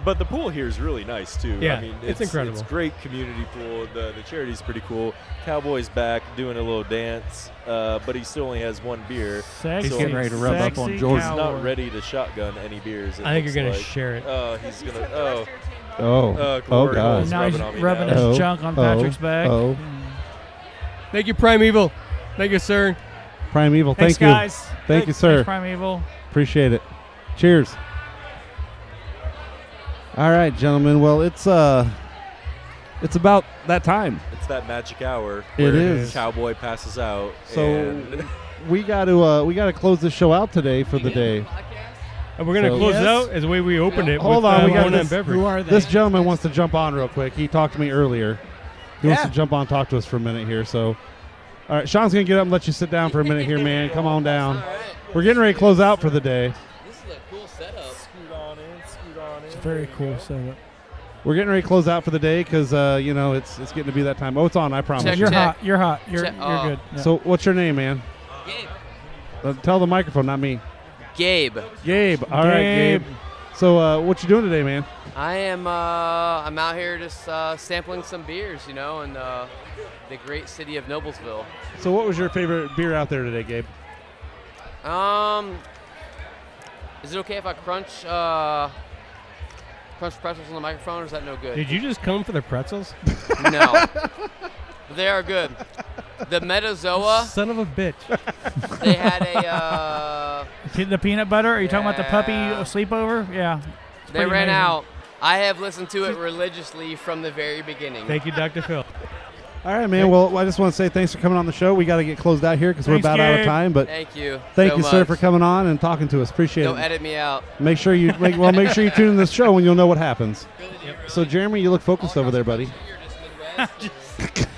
Speaker 6: But the pool here is really nice too.
Speaker 4: Yeah,
Speaker 6: I mean,
Speaker 4: it's incredible.
Speaker 6: It's great community pool. The the charity's pretty cool. Cowboy's back doing a little dance, uh, but he still only has one beer.
Speaker 5: Sexy-
Speaker 6: so
Speaker 5: He's getting ready to rub up on sexy Jordan.
Speaker 6: He's
Speaker 5: cowboy.
Speaker 6: not ready to shotgun any beers. it
Speaker 4: I think
Speaker 6: looks
Speaker 4: you're gonna
Speaker 6: like.
Speaker 4: share it.
Speaker 6: Oh, he's gonna. Oh.
Speaker 2: Oh.
Speaker 6: Uh,
Speaker 2: oh,
Speaker 6: glory
Speaker 2: God.
Speaker 6: hole's rubbing on me
Speaker 11: rubbing
Speaker 6: now.
Speaker 11: his junk on
Speaker 2: Oh.
Speaker 11: Patrick's back.
Speaker 2: Oh.
Speaker 4: Thank you, Primeval. Thank you, sir.
Speaker 2: Primeval,
Speaker 11: Thanks,
Speaker 2: thank you.
Speaker 11: guys.
Speaker 2: Thank
Speaker 11: Thanks-
Speaker 2: you, sir.
Speaker 11: thanks, Primeval.
Speaker 2: Appreciate it. Cheers. All right, gentlemen. Well, it's uh it's about that time.
Speaker 6: It's that magic hour.
Speaker 2: It
Speaker 6: where
Speaker 2: is.
Speaker 6: Cowboy passes out.
Speaker 2: So
Speaker 6: and
Speaker 2: we got to uh we got to close this show out today for the day.
Speaker 4: And we're gonna
Speaker 2: So-
Speaker 4: close it out as the way we opened it.
Speaker 2: Hold
Speaker 4: with,
Speaker 2: on,
Speaker 4: uh,
Speaker 2: we got
Speaker 4: one
Speaker 2: this,
Speaker 4: beverage.
Speaker 2: This gentleman wants to jump on real quick. He talked to me earlier. He wants
Speaker 4: Yeah.
Speaker 2: to jump on, talk to us for a minute here. So, all right, Sean's gonna get up and let you sit down for a minute here, man. Come on down. We're getting ready to close out for the day.
Speaker 15: This is a cool setup. Scoot on in, scoot on in.
Speaker 11: It's very cool setup.
Speaker 2: We're getting ready to close out for the day because uh, you know it's it's getting to be that time. Oh, it's on. I promise.
Speaker 11: Check, You're check. hot. You're hot. You're- Check. you're Oh. good. Yeah.
Speaker 2: So, what's your name, man?
Speaker 15: Gabe.
Speaker 2: Uh, tell the microphone, not me.
Speaker 15: Gabe.
Speaker 2: Gabe. All right, Gabe.
Speaker 15: Gabe.
Speaker 2: So, uh, what you doing today, man?
Speaker 15: I am. Uh, I'm out here just uh, sampling some beers, you know, in the, the great city of Noblesville.
Speaker 2: So, what was your favorite beer out there today, Gabe?
Speaker 15: Um, is it okay if I crunch uh, crunch pretzels on the microphone? Or is that no good?
Speaker 4: Did you just come for the pretzels?
Speaker 15: No. they are good. The Metazoa.
Speaker 4: Son of a bitch.
Speaker 15: They had a. Uh,
Speaker 11: Pe- The peanut butter? Are you talking about the puppy sleepover? Yeah. It's
Speaker 15: they
Speaker 11: pretty
Speaker 15: ran
Speaker 11: amazing.
Speaker 15: out. I have listened to it religiously from the very beginning.
Speaker 4: Thank you, Dr. Phil.
Speaker 2: All right, man. Well, I just want to say thanks for coming on the show. We got to get closed out here because we're
Speaker 15: Thanks,
Speaker 2: about out of
Speaker 15: Gabe.
Speaker 2: time. But
Speaker 15: Thank you
Speaker 2: thank
Speaker 15: so
Speaker 2: you, sir,
Speaker 15: much.
Speaker 2: for coming on and talking to us. Appreciate
Speaker 15: Don't
Speaker 2: it.
Speaker 15: edit me out.
Speaker 2: Make sure you make, well. Make sure you tune in this show and you'll know what happens. So, Jeremy, you look focused over there, buddy.
Speaker 11: just,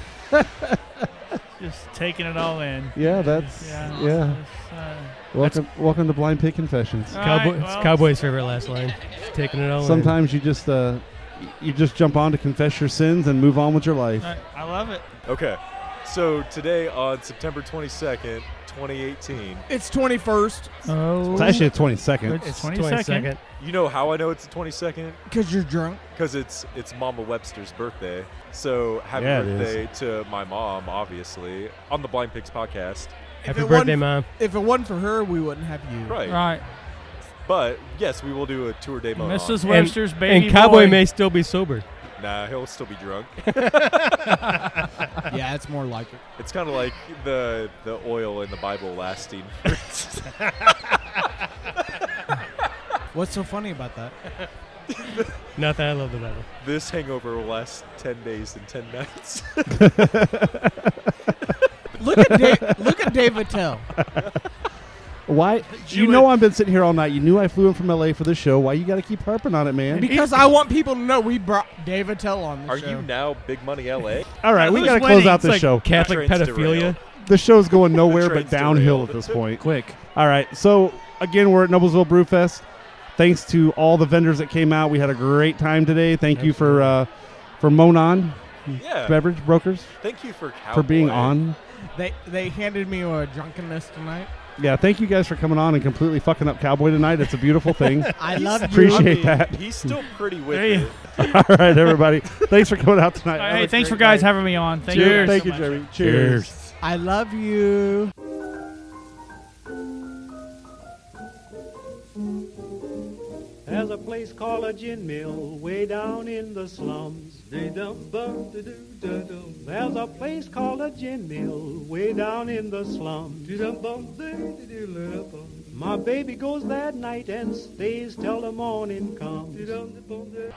Speaker 11: just taking it all in.
Speaker 2: Yeah, that's yeah.
Speaker 11: Yeah. uh,
Speaker 2: welcome, welcome to Blind Pig Confessions.
Speaker 4: Cowboy, it's Cowboy's favorite last line. She's taking it all. in.
Speaker 2: Sometimes you just uh, y- you just jump on to confess your sins and move on with your life.
Speaker 11: I love it.
Speaker 6: Okay. So today on September 22nd, 2018.
Speaker 3: It's 21st.
Speaker 11: Oh.
Speaker 2: It's actually the 22nd.
Speaker 11: It's 22nd.
Speaker 6: You know how I know it's the 22nd?
Speaker 3: Because you're drunk.
Speaker 6: Because it's it's Mama Webster's birthday. So happy
Speaker 4: Yeah, it is.
Speaker 6: birthday to my mom, obviously, on the Blind Pigs podcast.
Speaker 4: Happy birthday, mom.
Speaker 3: If it wasn't for her, we wouldn't have you.
Speaker 6: Right.
Speaker 11: Right.
Speaker 6: But yes, we will do a tour day mode.
Speaker 11: Mrs.
Speaker 6: on.
Speaker 11: Webster's
Speaker 4: And- and Cowboy may still be sober.
Speaker 6: Nah, he'll still be drunk.
Speaker 3: Yeah, it's more like it.
Speaker 6: It's kind of like the the oil in the Bible lasting. for-
Speaker 3: What's so funny about that?
Speaker 4: Nothing. I love the Bible.
Speaker 6: this hangover will last ten days and ten nights.
Speaker 3: look at Dave, look at Dave Attell.
Speaker 2: Why? You know I've been sitting here all night. You knew I flew in from LA for this show. Why you got to keep harping on it, man?
Speaker 3: Because I want people to know we brought Dave Attell on the
Speaker 6: Are
Speaker 3: show.
Speaker 6: you now Big Money LA?
Speaker 2: all right, we got to close out this show. The show's going nowhere but downhill at this point. Quick. All right. So again, we're at Noblesville Brewfest. Thanks to all the vendors that came out. We had a great time today. Thank you for uh, for Monon
Speaker 6: Yeah.
Speaker 2: Beverage Brokers.
Speaker 6: Thank you for
Speaker 2: for being
Speaker 6: Cowboy.
Speaker 2: on.
Speaker 3: They they handed me a drunkenness tonight.
Speaker 2: Yeah, thank you guys for coming on and completely fucking up Cowboy tonight. It's a beautiful thing.
Speaker 3: I love you.
Speaker 2: Appreciate
Speaker 3: He's-
Speaker 2: that.
Speaker 6: he's still pretty with
Speaker 11: There you-
Speaker 2: it. All right, everybody. Thanks for coming out tonight.
Speaker 11: All right,
Speaker 2: Have a
Speaker 11: thanks for
Speaker 2: great
Speaker 11: guys
Speaker 2: night.
Speaker 11: having me on. Thank you.
Speaker 2: Cheers.
Speaker 11: guys
Speaker 2: Thank
Speaker 11: so
Speaker 2: you,
Speaker 11: much.
Speaker 2: Jerry. Cheers.
Speaker 3: I love you.
Speaker 1: There's a a place called a gin mill way down in the slums. There's a place called a gin mill way down in the slums. My baby goes that night and stays till the morning comes.